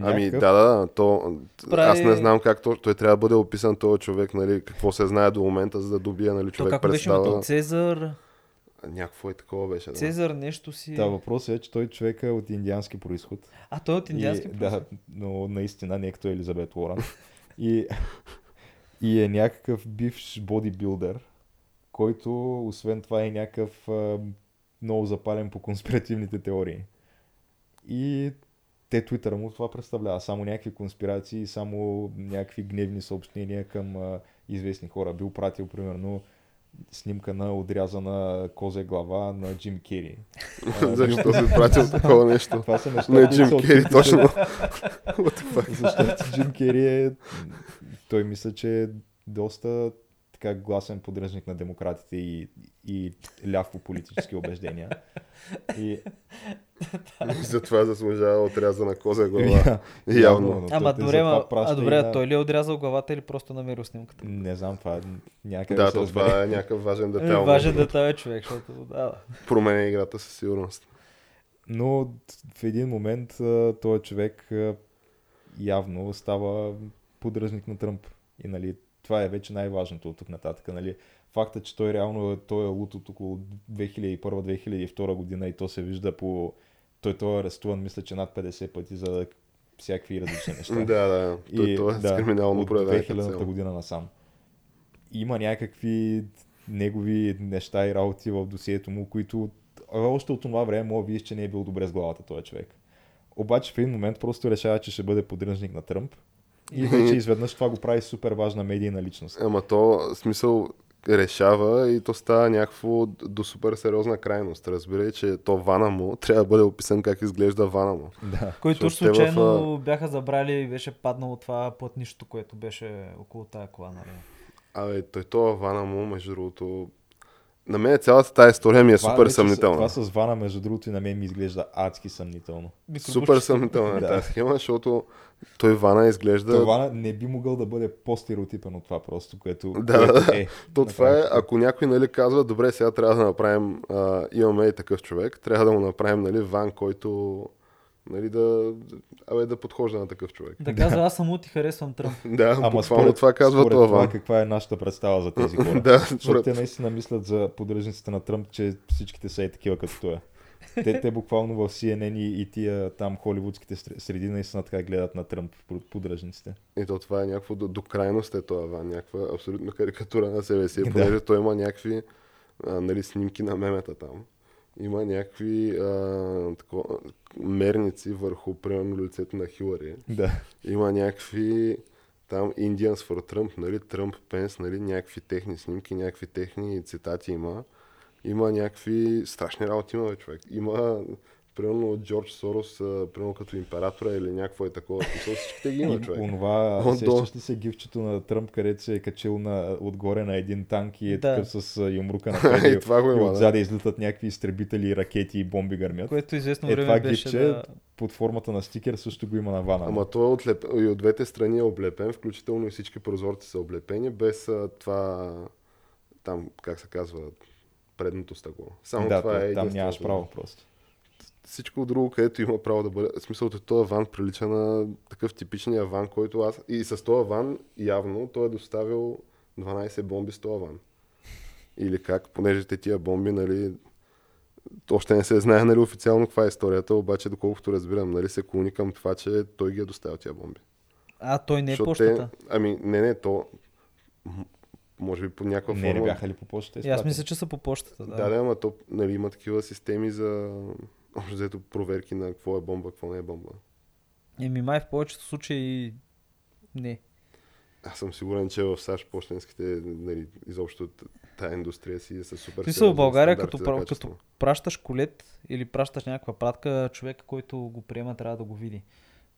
Speaker 2: Ами
Speaker 3: Някакъв-
Speaker 2: да, да, да, то,
Speaker 1: Прави-
Speaker 2: аз не знам как то, той трябва да бъде описан този човек, нали, какво се знае до момента, за да добие, нали,
Speaker 1: То
Speaker 2: човек
Speaker 1: как беше
Speaker 2: представа.
Speaker 1: името? Цезар...
Speaker 2: Някакво е такова беше, да.
Speaker 1: Цезар нещо си...
Speaker 3: Та въпросът е, че той човек е от индиански происход.
Speaker 1: А, той е от индиански
Speaker 3: и,
Speaker 1: происход.
Speaker 3: Да, но наистина не е като Елизабет Уорън. и, и е някакъв бивш бодибилдър, който освен това е някакъв а, много запален по конспиративните теории. И те Twitter му това представлява. Само някакви конспирации, и само някакви гневни съобщения към а, известни хора. Бил пратил примерно снимка на отрязана козе глава на Джим Кери. А, нали,
Speaker 2: Защо си пратил такова нещо?
Speaker 3: Това са неща,
Speaker 2: Не
Speaker 3: които
Speaker 2: Джим
Speaker 3: са от
Speaker 2: Кери,
Speaker 3: Twitter.
Speaker 2: точно.
Speaker 3: Защото Джим Кери е... Той мисля, че е доста така гласен поддръжник на демократите и, и ляв по политически убеждения. И,
Speaker 2: Затова заслужава отрязана коза глава.
Speaker 3: явно,
Speaker 2: Явно.
Speaker 3: но
Speaker 1: Ама
Speaker 3: той те
Speaker 1: добре,
Speaker 3: затова
Speaker 1: ма, а
Speaker 3: праща
Speaker 1: добре,
Speaker 3: и
Speaker 1: а той ли е отрязал главата или просто намерил снимката?
Speaker 3: Не знам, това някъде
Speaker 2: Да,
Speaker 3: се
Speaker 2: то
Speaker 3: Ами, разбере.
Speaker 2: това е някакъв важен
Speaker 1: Е,
Speaker 2: детайл.
Speaker 1: Важен детайл е човек, защото да, да.
Speaker 2: Променя играта със сигурност.
Speaker 3: Но в един момент а, този човек а, явно става поддръжник на Тръмп. И нали, това е вече най-важното от тук нататък. Нали, факта, че той реално е, той е лут от около 2001-2002 година и то се вижда по... Той, той е арестуван, мисля, че над 50 пъти за всякакви различни неща.
Speaker 2: Да, да. Той, той е с криминално
Speaker 3: от
Speaker 2: проявяване.
Speaker 3: 2000-та година насам. Има някакви негови неща и работи в досието му, които а, още от това време мога да видиш, че не е бил добре с главата този човек. Обаче в един момент просто решава, че ще бъде поддръжник на Тръмп и вече изведнъж това го прави супер важна медийна личност.
Speaker 2: Ама то, в смисъл, решава и то става някакво до супер сериозна крайност. Разбирай, че то вана му трябва да бъде описан как изглежда вана му.
Speaker 3: Да.
Speaker 1: Който
Speaker 2: Защото те в,
Speaker 1: случайно бяха забрали и беше паднало това плътнището, което беше около тая кола, нали?
Speaker 2: Абе, той това вана му, между другото, на мен цялата тази история ми е
Speaker 3: Това
Speaker 2: супер
Speaker 3: вече с-
Speaker 2: съмнителна.
Speaker 3: Това с Вана, между другото, и на мен ми изглежда адски съмнително.
Speaker 2: Супер съмнителна е
Speaker 3: Да.
Speaker 2: тази схема, защото той вана изглежда...
Speaker 3: Да. Това не би могъл да бъде по-стереотипен от това просто, което,
Speaker 2: Да,
Speaker 3: което е.
Speaker 2: То
Speaker 3: на
Speaker 2: това е,
Speaker 3: практика.
Speaker 2: ако някой нали, казва, добре, сега трябва да направим, а, имаме и такъв човек, трябва да му направим нали, ван, който нали, да, абе, да подхожда на такъв човек.
Speaker 1: Да казва, аз само ти харесвам Тръмп.
Speaker 2: Да, Ама буквално това казва
Speaker 3: според
Speaker 2: това
Speaker 3: това
Speaker 2: ван.
Speaker 3: каква е нашата представа за тези хора.
Speaker 2: Да,
Speaker 3: Защото
Speaker 2: според...
Speaker 3: те наистина мислят за поддръжниците на Тръмп, че всичките са е такива като той. е. Те, те буквално в CNN и, и тия там холивудските стр- среди наистина така гледат на Тръмп под- поддръжниците.
Speaker 2: И то това е някакво до, до крайност е това ван, някаква абсолютно карикатура на себе си.
Speaker 3: Да.
Speaker 2: Понеже той има някакви а, нали, снимки на мемета там. Има някакви а, тако, мерници върху, примерно, лицето на Хилари.
Speaker 3: Да.
Speaker 2: Има някакви там Indians for Trump, нали, Trump Pence, нали, някакви техни снимки, някакви техни цитати има. Има някакви страшни работи има, бе, човек. Има примерно от Джордж Сорос, а, примерно като императора или някакво е такова. В смисъл, Всичките ги има,
Speaker 3: И
Speaker 2: човек.
Speaker 3: онова,
Speaker 2: Он
Speaker 3: сещаш ли се гифчето на Тръмп, където се е качил на, отгоре на един танк и е
Speaker 1: Да.
Speaker 3: такъв с а, юмрука на
Speaker 2: И това го
Speaker 3: Нали, и
Speaker 2: има, да.
Speaker 3: отзаде излитат някакви изтребители, ракети и бомби гърмят.
Speaker 1: Което известно
Speaker 3: Е, това
Speaker 1: време беше
Speaker 3: гифче
Speaker 1: да...
Speaker 3: под формата на стикер също го има на вана.
Speaker 2: Ама той е отлеп... и от двете страни е облепен, включително и всички прозорци са облепени, без а, това, там, как се казва, предното стъкло. Само
Speaker 3: да,
Speaker 2: това
Speaker 3: то-
Speaker 2: е
Speaker 3: там
Speaker 2: единственото.
Speaker 3: нямаш право просто.
Speaker 2: всичко друго, където има право да бъде. В смисъл, този ван прилича на такъв типичния ван, който аз... И с този ван, явно, той е доставил 12 бомби с този ван. Или как, понеже те тия бомби, нали... Още не се знае, нали, официално каква е историята, обаче, доколкото разбирам, нали, се клони към това, че той ги е доставил тия бомби.
Speaker 1: А, той не е
Speaker 2: Защото
Speaker 1: почтата.
Speaker 2: Те, ами, не, не, то... м- Може би по някаква
Speaker 3: Не,
Speaker 2: форма...
Speaker 3: не бяха ли по почта?
Speaker 1: И Е, аз
Speaker 3: изпратени?
Speaker 1: мисля, че са по почтата. Да.
Speaker 2: Да, да, ама то, нали, има такива системи за общо взето проверки на какво е бомба, какво не е бомба.
Speaker 1: Еми май в повечето случаи не.
Speaker 2: Аз съм сигурен, че в САЩ почтенските, нали, изобщо т- тая индустрия си е със супер.
Speaker 1: Ти в
Speaker 2: сериозни
Speaker 1: България,
Speaker 2: стандарти
Speaker 1: като,
Speaker 2: за
Speaker 1: пра-
Speaker 2: качество.
Speaker 1: като пращаш колет или пращаш някаква пратка, човек, който го приема, трябва да го види.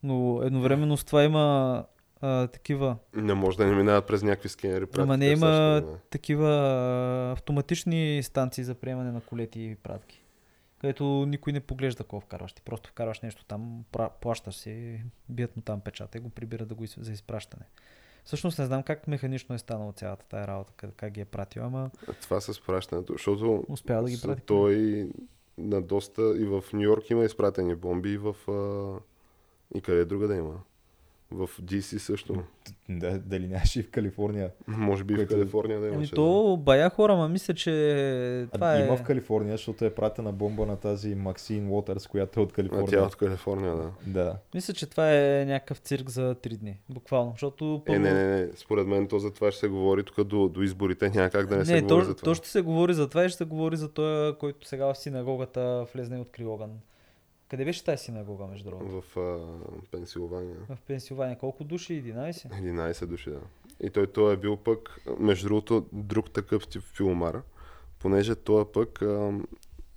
Speaker 1: Но едновременно с това има а, такива
Speaker 2: Не може да не минават през някакви скенери.
Speaker 1: Ама
Speaker 2: пратки
Speaker 1: не
Speaker 2: през САЩ,
Speaker 1: има
Speaker 2: да.
Speaker 1: такива а, автоматични станции за приемане на колети и пратки, където никой не поглежда какво вкарваш. Ти просто вкарваш нещо там, пра- плащаш си, бият му там печата и го прибират да го из- за изпращане. Всъщност не знам как механично е станала цялата тая работа, как, как ги е пратил, ама
Speaker 2: Това с пращането, защото
Speaker 1: успява да ги
Speaker 2: с-
Speaker 1: прати.
Speaker 2: той на доста и в Нью Йорк има изпратени бомби и в... а, И къде друга да има? В DC също.
Speaker 3: Да, дали нямаше и в Калифорния.
Speaker 2: Може би и в
Speaker 3: Което-
Speaker 2: Калифорния да
Speaker 1: Ами
Speaker 2: имаше. да.
Speaker 1: то бая хора, ма мисля, че
Speaker 3: А,
Speaker 1: това е...
Speaker 3: Има в Калифорния, защото е пратена бомба на тази Максин Уотърс, която е от
Speaker 2: А
Speaker 3: Калифорния.
Speaker 2: тя е от Калифорния, да.
Speaker 3: Да.
Speaker 1: Мисля, че това е някакъв цирк за 3 дни, буквално, защото...
Speaker 2: Е,
Speaker 1: първо-
Speaker 2: не, не, не. Според мен то за това ще се говори тук до, до изборите. Няма как да не, се
Speaker 1: не
Speaker 2: говори
Speaker 1: то,
Speaker 2: за това.
Speaker 1: то ще се говори за това и ще се говори за този, който сега в синагогата влезне от Криоган. Къде беше тази синагога, между другото?
Speaker 2: В а, Пенсилвания.
Speaker 1: В Пенсилвания. Колко души? 11?
Speaker 2: 11 души, да. И той, той е бил пък, между другото, друг такъв тип филмар, понеже той е пък а,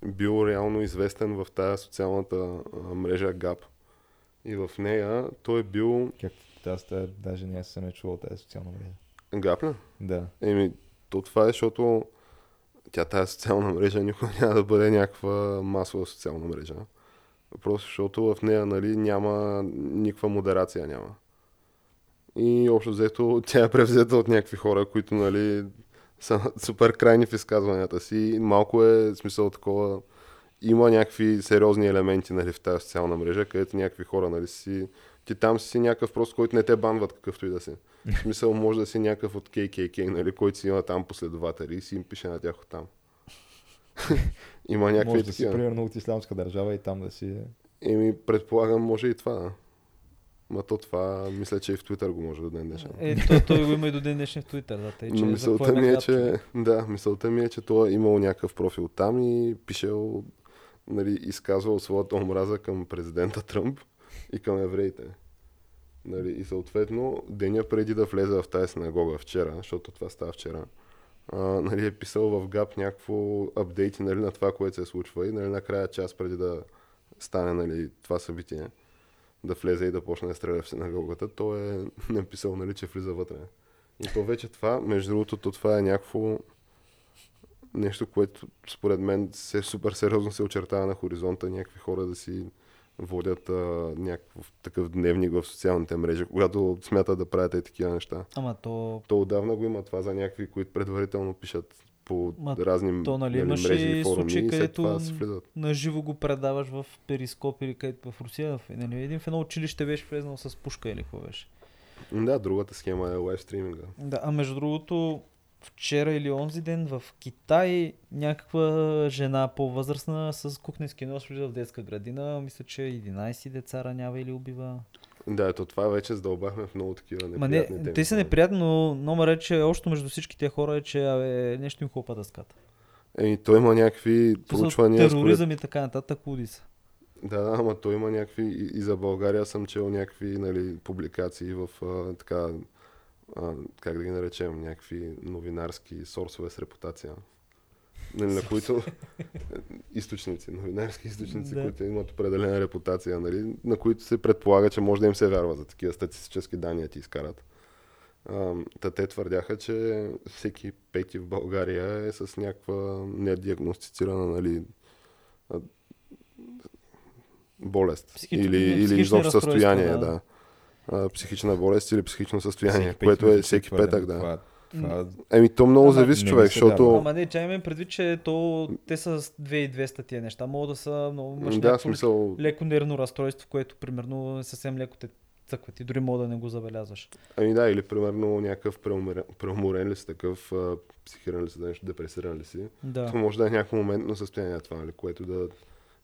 Speaker 2: бил реално известен в тая социалната а, мрежа GAP. И в нея той е бил...
Speaker 3: Как, аз тая даже не съм я чувал тази социална мрежа.
Speaker 2: GAP ли?
Speaker 3: Да.
Speaker 2: Еми, то това е, защото тя тая социална мрежа никога няма да бъде някаква масова социална мрежа. Просто защото в нея, нали, няма никаква модерация няма. И общо взето тя е превзета от някакви хора, които, нали, са супер крайни в изказванията си. И Малко е в смисъл такова. Има някакви сериозни елементи, нали, в тази социална мрежа, където някакви хора, нали, си... Ти там си някакъв просто, който не те банват какъвто и да си. В смисъл може да си някакъв от ККК, нали, който си има там последователи и си им пише на тях от там. има някакви
Speaker 3: Може да си
Speaker 2: такива.
Speaker 3: примерно от исламска държава и там да си...
Speaker 2: Еми, предполагам, може и това. Да. Ма то това, мисля, че и в Твитър го може до ден днешен.
Speaker 1: Е, той, той го има и до ден днешен в Twitter, да. Тъй, че
Speaker 2: Но
Speaker 1: за
Speaker 2: мисълта
Speaker 1: какво
Speaker 2: ми е,
Speaker 1: нахляб, човек?
Speaker 2: че... Да, мисълта ми е, че той е имал някакъв профил там и пишел, нали, изказвал своята омраза към президента Тръмп и към евреите. Нали, и съответно, деня преди да влезе в тази синагога вчера, защото това става вчера, а, нали, е писал в ГАП някакво апдейти нали, на това, което се случва и нали, накрая час преди да стане нали, това събитие, да влезе и да почне да стреля в синагогата, той е написал, нали, че влиза вътре. И то вече това, между другото, то това е някакво нещо, което според мен се супер сериозно се очертава на хоризонта някакви хора да си водят а, някакъв такъв дневник в социалните мрежи, когато смятат да правят и такива неща.
Speaker 1: Ама то...
Speaker 2: То отдавна го има това за някакви, които предварително пишат по
Speaker 1: Ма,
Speaker 2: разни
Speaker 1: то, нали, имаше
Speaker 2: мрежи и
Speaker 1: и
Speaker 2: форуми
Speaker 1: случаи,
Speaker 2: и след
Speaker 1: където-
Speaker 2: това се влизат.
Speaker 1: На живо го предаваш в перископ или където в Русия. в- Нали? Един в едно училище беше влезнал с пушка или какво беше.
Speaker 2: Да, другата схема е лайв стриминга.
Speaker 1: Да, а между другото, вчера или онзи ден в Китай някаква жена по-възрастна с кухненски нож влиза в детска градина. Мисля, че 11 деца ранява или убива.
Speaker 2: Да, ето това вече задълбахме в много такива
Speaker 1: Ма
Speaker 2: неприятни
Speaker 1: не,
Speaker 2: теми.
Speaker 1: те са неприятни, но номер е, че още между всички тези хора е, че абе, нещо им хлопа дъската.
Speaker 2: Еми, той има някакви проучвания. според
Speaker 1: Тероризъм и така нататък, луди са.
Speaker 2: Да, да, ама той има някакви, и и за България съм чел някакви нали, публикации в а, така, а, как да ги наречем, някакви новинарски сорсове с репутация. Нали, на които източници, новинарски източници,
Speaker 1: Да.
Speaker 2: които имат определена репутация, нали, на които се предполага, че може да им се вярва за такива статистически данни да ти изкарат. А, та те твърдяха, че всеки пети в България е с някаква недиагностицирана нали, а, болест
Speaker 1: Психични-
Speaker 2: или, или
Speaker 1: психични
Speaker 2: изобщо състояние, да.
Speaker 1: разстройства, да.
Speaker 2: да. А, психична болест или психично състояние,
Speaker 3: всеки петък
Speaker 2: което е
Speaker 3: звучи
Speaker 2: всеки
Speaker 3: твърде,
Speaker 2: петък, да.
Speaker 3: Това, това,
Speaker 2: Еми, то много
Speaker 1: Ама
Speaker 2: зависи
Speaker 3: не ми
Speaker 2: човек,
Speaker 3: се
Speaker 2: защото...
Speaker 3: дава.
Speaker 1: Ама не, чай ме предвид, че то, те са с 2200 тия неща. Могат да са много имаш
Speaker 2: да,
Speaker 1: някакво
Speaker 2: смисъл,
Speaker 1: леко нервно разстройство, което примерно съвсем леко те цъква. Ти дори мога да не го забелязваш.
Speaker 2: Ами да, или примерно някакъв преуморен, преуморен ли си такъв, а, психиран ли си, да нещо, депресиран ли си,
Speaker 1: Да.
Speaker 2: то може да е някакво моментно състояние това, нали, което да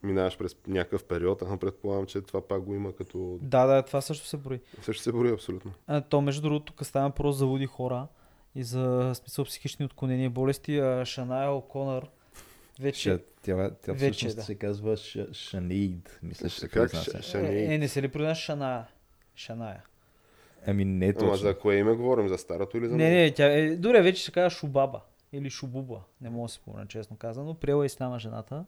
Speaker 2: минаваш през някакъв период, ама предполагам, че това пак го има като...
Speaker 1: Да, да, това също се брои.
Speaker 2: Също се бори абсолютно.
Speaker 1: А, то, между другото, тук става въпрос за луди хора и за смисъл психични отклонения и болести. А, Шаная О'Конър вече...
Speaker 3: Ша, тя, тя
Speaker 1: вече,
Speaker 3: всъщност
Speaker 1: да.
Speaker 3: се казва Ша- Шанид. Мисля, че се
Speaker 2: Как?
Speaker 3: произнася.
Speaker 2: Шаня
Speaker 1: Е,
Speaker 2: и-
Speaker 1: не се ли произнася Шаная? Шаная.
Speaker 3: Ами не точно.
Speaker 2: Ама за кое име говорим? За старото или за
Speaker 1: Не,
Speaker 2: новото?
Speaker 1: не, тя е, добре, вече се казва Шубаба или Шубуба, не мога да си спомня честно казано. Приела е исляма жената.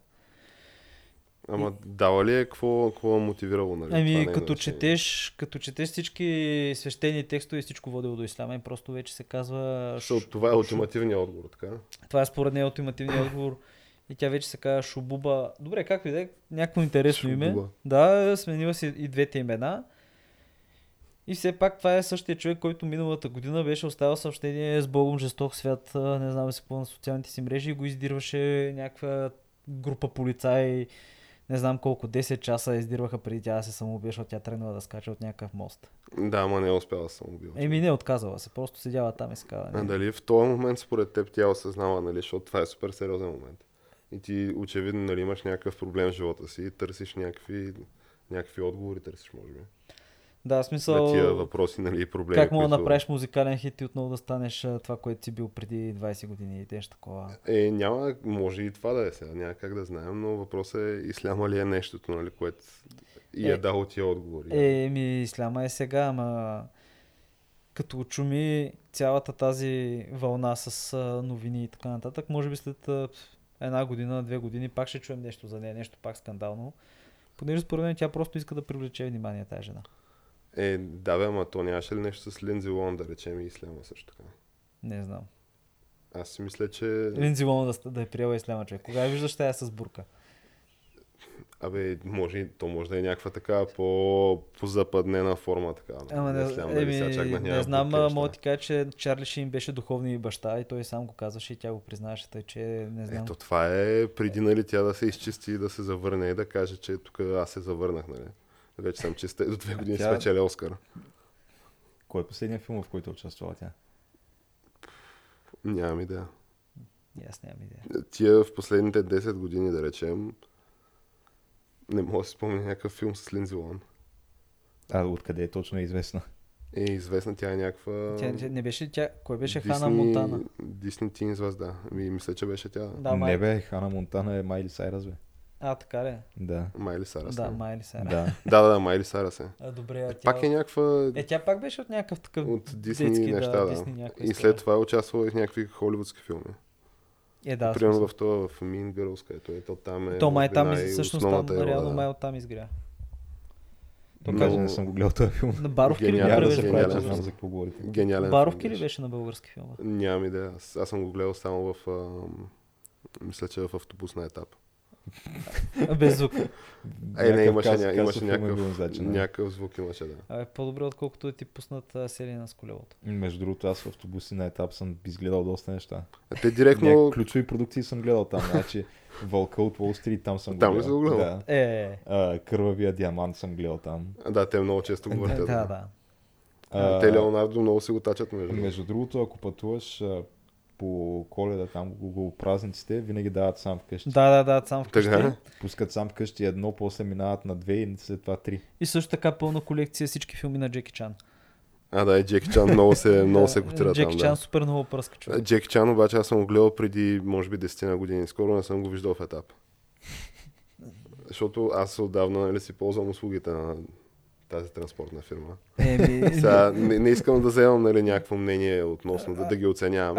Speaker 2: Ама дава ли е какво, какво е мотивирало? Нали? Това
Speaker 1: Ами,
Speaker 2: не е
Speaker 1: като
Speaker 2: значение.
Speaker 1: четеш, като четеш всички свещени текстове, всичко водило до ислама и просто вече се казва... Ш...
Speaker 2: Защото това е ултимативният отговор, така?
Speaker 1: Това е според нея ултимативният отговор. И тя вече се казва Шубуба. Добре, както и да е, някакво интересно име.
Speaker 2: Шубуба.
Speaker 1: Да, сменила си и двете имена. И все пак това е същия човек, който миналата година беше оставил съобщение с Богом жесток свят, а, не знам да си какво на социалните си мрежи и го издирваше някаква група полицаи, не знам колко, 10 часа издирваха преди тя да се самоубие, защото тя тръгнала да скача от някакъв мост.
Speaker 2: Да, ама не е успял да съм убил.
Speaker 1: Еми не, отказала се, просто седяла там и се казва.
Speaker 2: А
Speaker 1: не.
Speaker 2: дали в този момент според теб тя осъзнава, нали, защото това е супер сериозен момент. И ти очевидно нали, имаш някакъв проблем в живота си и търсиш някакви, някакви отговори, търсиш може би.
Speaker 1: Да, в
Speaker 2: So, на тия
Speaker 1: смисъл,
Speaker 2: въпроси нали, и проблеми.
Speaker 1: как мога да
Speaker 2: които-
Speaker 1: направиш музикален хит и отново да станеш а, това, което си бил преди 20 години и нещо такова.
Speaker 2: Е, няма, може и това да е сега, няма как да знаем, но въпросът е исляма ли е нещото, нали, което и е,
Speaker 1: Е.
Speaker 2: дало тия отговори.
Speaker 1: Е, ми, исляма е сега, ама като очуми цялата тази вълна с а, новини и така нататък, може би след а, една година, две години пак ще чуем нещо за нея, нещо пак скандално. Понеже според мен тя просто иска да привлече внимание тази жена.
Speaker 2: Е, да бе, ама то нямаше ли нещо с Линдзи Лон, да речем, и исляма също така.
Speaker 1: Не знам.
Speaker 2: Аз си мисля, че...
Speaker 1: Линдзи Лон да, ст- да е приела исляма човек. Кога я виждаш тая с бурка?
Speaker 2: Абе, може, и- то може да е някаква така по, по-западнена форма така. нали?
Speaker 1: Ама не,
Speaker 2: знам,
Speaker 1: еми,
Speaker 2: дали сега чак да няма
Speaker 1: не знам,
Speaker 2: бурки
Speaker 1: а,
Speaker 2: неща.
Speaker 1: мога да ти кажа, че Чарли Шин беше духовния и баща и той сам го казваше и тя го признаеше, тъй че не знам.
Speaker 2: Ето това е преди нали, тя да се изчисти и да се завърне и да каже, че тук аз се завърнах. Нали? Вече съм чиста и до две години
Speaker 3: тя-
Speaker 2: спечеля Оскар.
Speaker 3: Кой е последният филм, в който е участвала тя?
Speaker 2: Нямам идея.
Speaker 1: И Аз нямам идея.
Speaker 2: Тия в последните 10 години, да речем, не мога да си спомня някакъв филм с Линдзи Лон.
Speaker 3: А, откъде е точно е известна?
Speaker 2: Е, известна тя е някаква...
Speaker 1: Тя, тя не беше тя, кой беше Хана Монтана?
Speaker 2: Дисни Тин звезда. Ми, мисля, че беше тя.
Speaker 1: Да, май.
Speaker 3: Не бе, Хана Монтана е Майли Сайрас, бе.
Speaker 1: А, така ли?
Speaker 3: Да.
Speaker 2: Майли Сарас.
Speaker 1: Да,
Speaker 2: не?
Speaker 1: Майли Сайрас.
Speaker 3: Да.
Speaker 2: да, да, да, Майли Сарас е.
Speaker 1: А, добре, а тя...
Speaker 2: Пак е някаква
Speaker 1: Е, тя пак беше от някакъв такъв
Speaker 2: от Дисни
Speaker 1: детски,
Speaker 2: неща, да.
Speaker 1: Дисни някаква
Speaker 2: и
Speaker 1: история.
Speaker 2: след това е участвала и в някакви холивудски филми.
Speaker 1: Е, да,
Speaker 2: Примерно
Speaker 1: Примерно
Speaker 2: в това, в Mean Girls, където е, то там е...
Speaker 1: То май
Speaker 2: може би
Speaker 1: там,
Speaker 2: най-
Speaker 1: из... всъщност там,
Speaker 2: основната е роля,
Speaker 1: реално
Speaker 2: да.
Speaker 1: май оттам изгря. То
Speaker 3: Но...
Speaker 1: как...
Speaker 3: Даже не съм го гледал този филм.
Speaker 1: На Баровки ли го
Speaker 2: Гениален,
Speaker 3: Няма да
Speaker 1: превежда?
Speaker 3: се
Speaker 2: гениален.
Speaker 3: правя, че
Speaker 1: който-
Speaker 3: знам за какво говорите.
Speaker 2: Гениален
Speaker 1: е Баровки
Speaker 2: филм
Speaker 1: ли беше на български филма?
Speaker 2: Нямам идея. Аз, аз съм го гледал само в... ам, мисля, че е в автобус на етап.
Speaker 1: А, Без звук.
Speaker 2: Е, не,
Speaker 3: Някакъв
Speaker 2: имаше,
Speaker 3: каз-
Speaker 2: ня,
Speaker 3: казов
Speaker 2: имаше
Speaker 3: филм е бил
Speaker 2: някакъв,
Speaker 3: назначен, да.
Speaker 2: някакъв звук, имаше, да.
Speaker 1: Абе, по-добре, отколкото да ти пуснат а, Селина с колелото.
Speaker 3: Между другото, аз в автобуси на етап съм изгледал доста неща.
Speaker 2: А Е, те
Speaker 3: Някакви
Speaker 2: директно...
Speaker 3: ключови продукции съм гледал там. Значи, Вълка от Уолл Стрит там съм го
Speaker 2: Там ли
Speaker 3: гледал.
Speaker 2: си го гледал?
Speaker 3: Да.
Speaker 1: Е,
Speaker 3: А, Кървавия диамант съм гледал там.
Speaker 2: А, Да, те много често го
Speaker 1: Е, да,
Speaker 2: въртят. Е, да.
Speaker 1: да.
Speaker 3: А,
Speaker 2: Те Леонардо много си го тачат между. другото.
Speaker 3: Между другото, ако пътуваш а, по коледа, там го, го празниците, винаги дават сам вкъщи.
Speaker 1: Да, да, да, сам вкъщи.
Speaker 2: Така е. ли?
Speaker 3: Пускат сам вкъщи едно, после минават на две и след това три.
Speaker 1: И също така пълна колекция всички филми на Джеки Чан.
Speaker 2: А, да, и Джеки Чан много се, Е, много
Speaker 1: Да,
Speaker 2: се котира там,
Speaker 1: Джеки
Speaker 2: да. Е,
Speaker 1: Чан супер много пръска човек.
Speaker 2: Джеки Чан обаче аз съм го гледал преди, може би, 10 на години. Скоро не съм го виждал в етап. Защото аз отдавна нали, си ползвам услугите на тази транспортна фирма.
Speaker 1: Еми,
Speaker 2: Сега, не, не искам да вземам нали, някакво мнение относно да, да ги оценявам.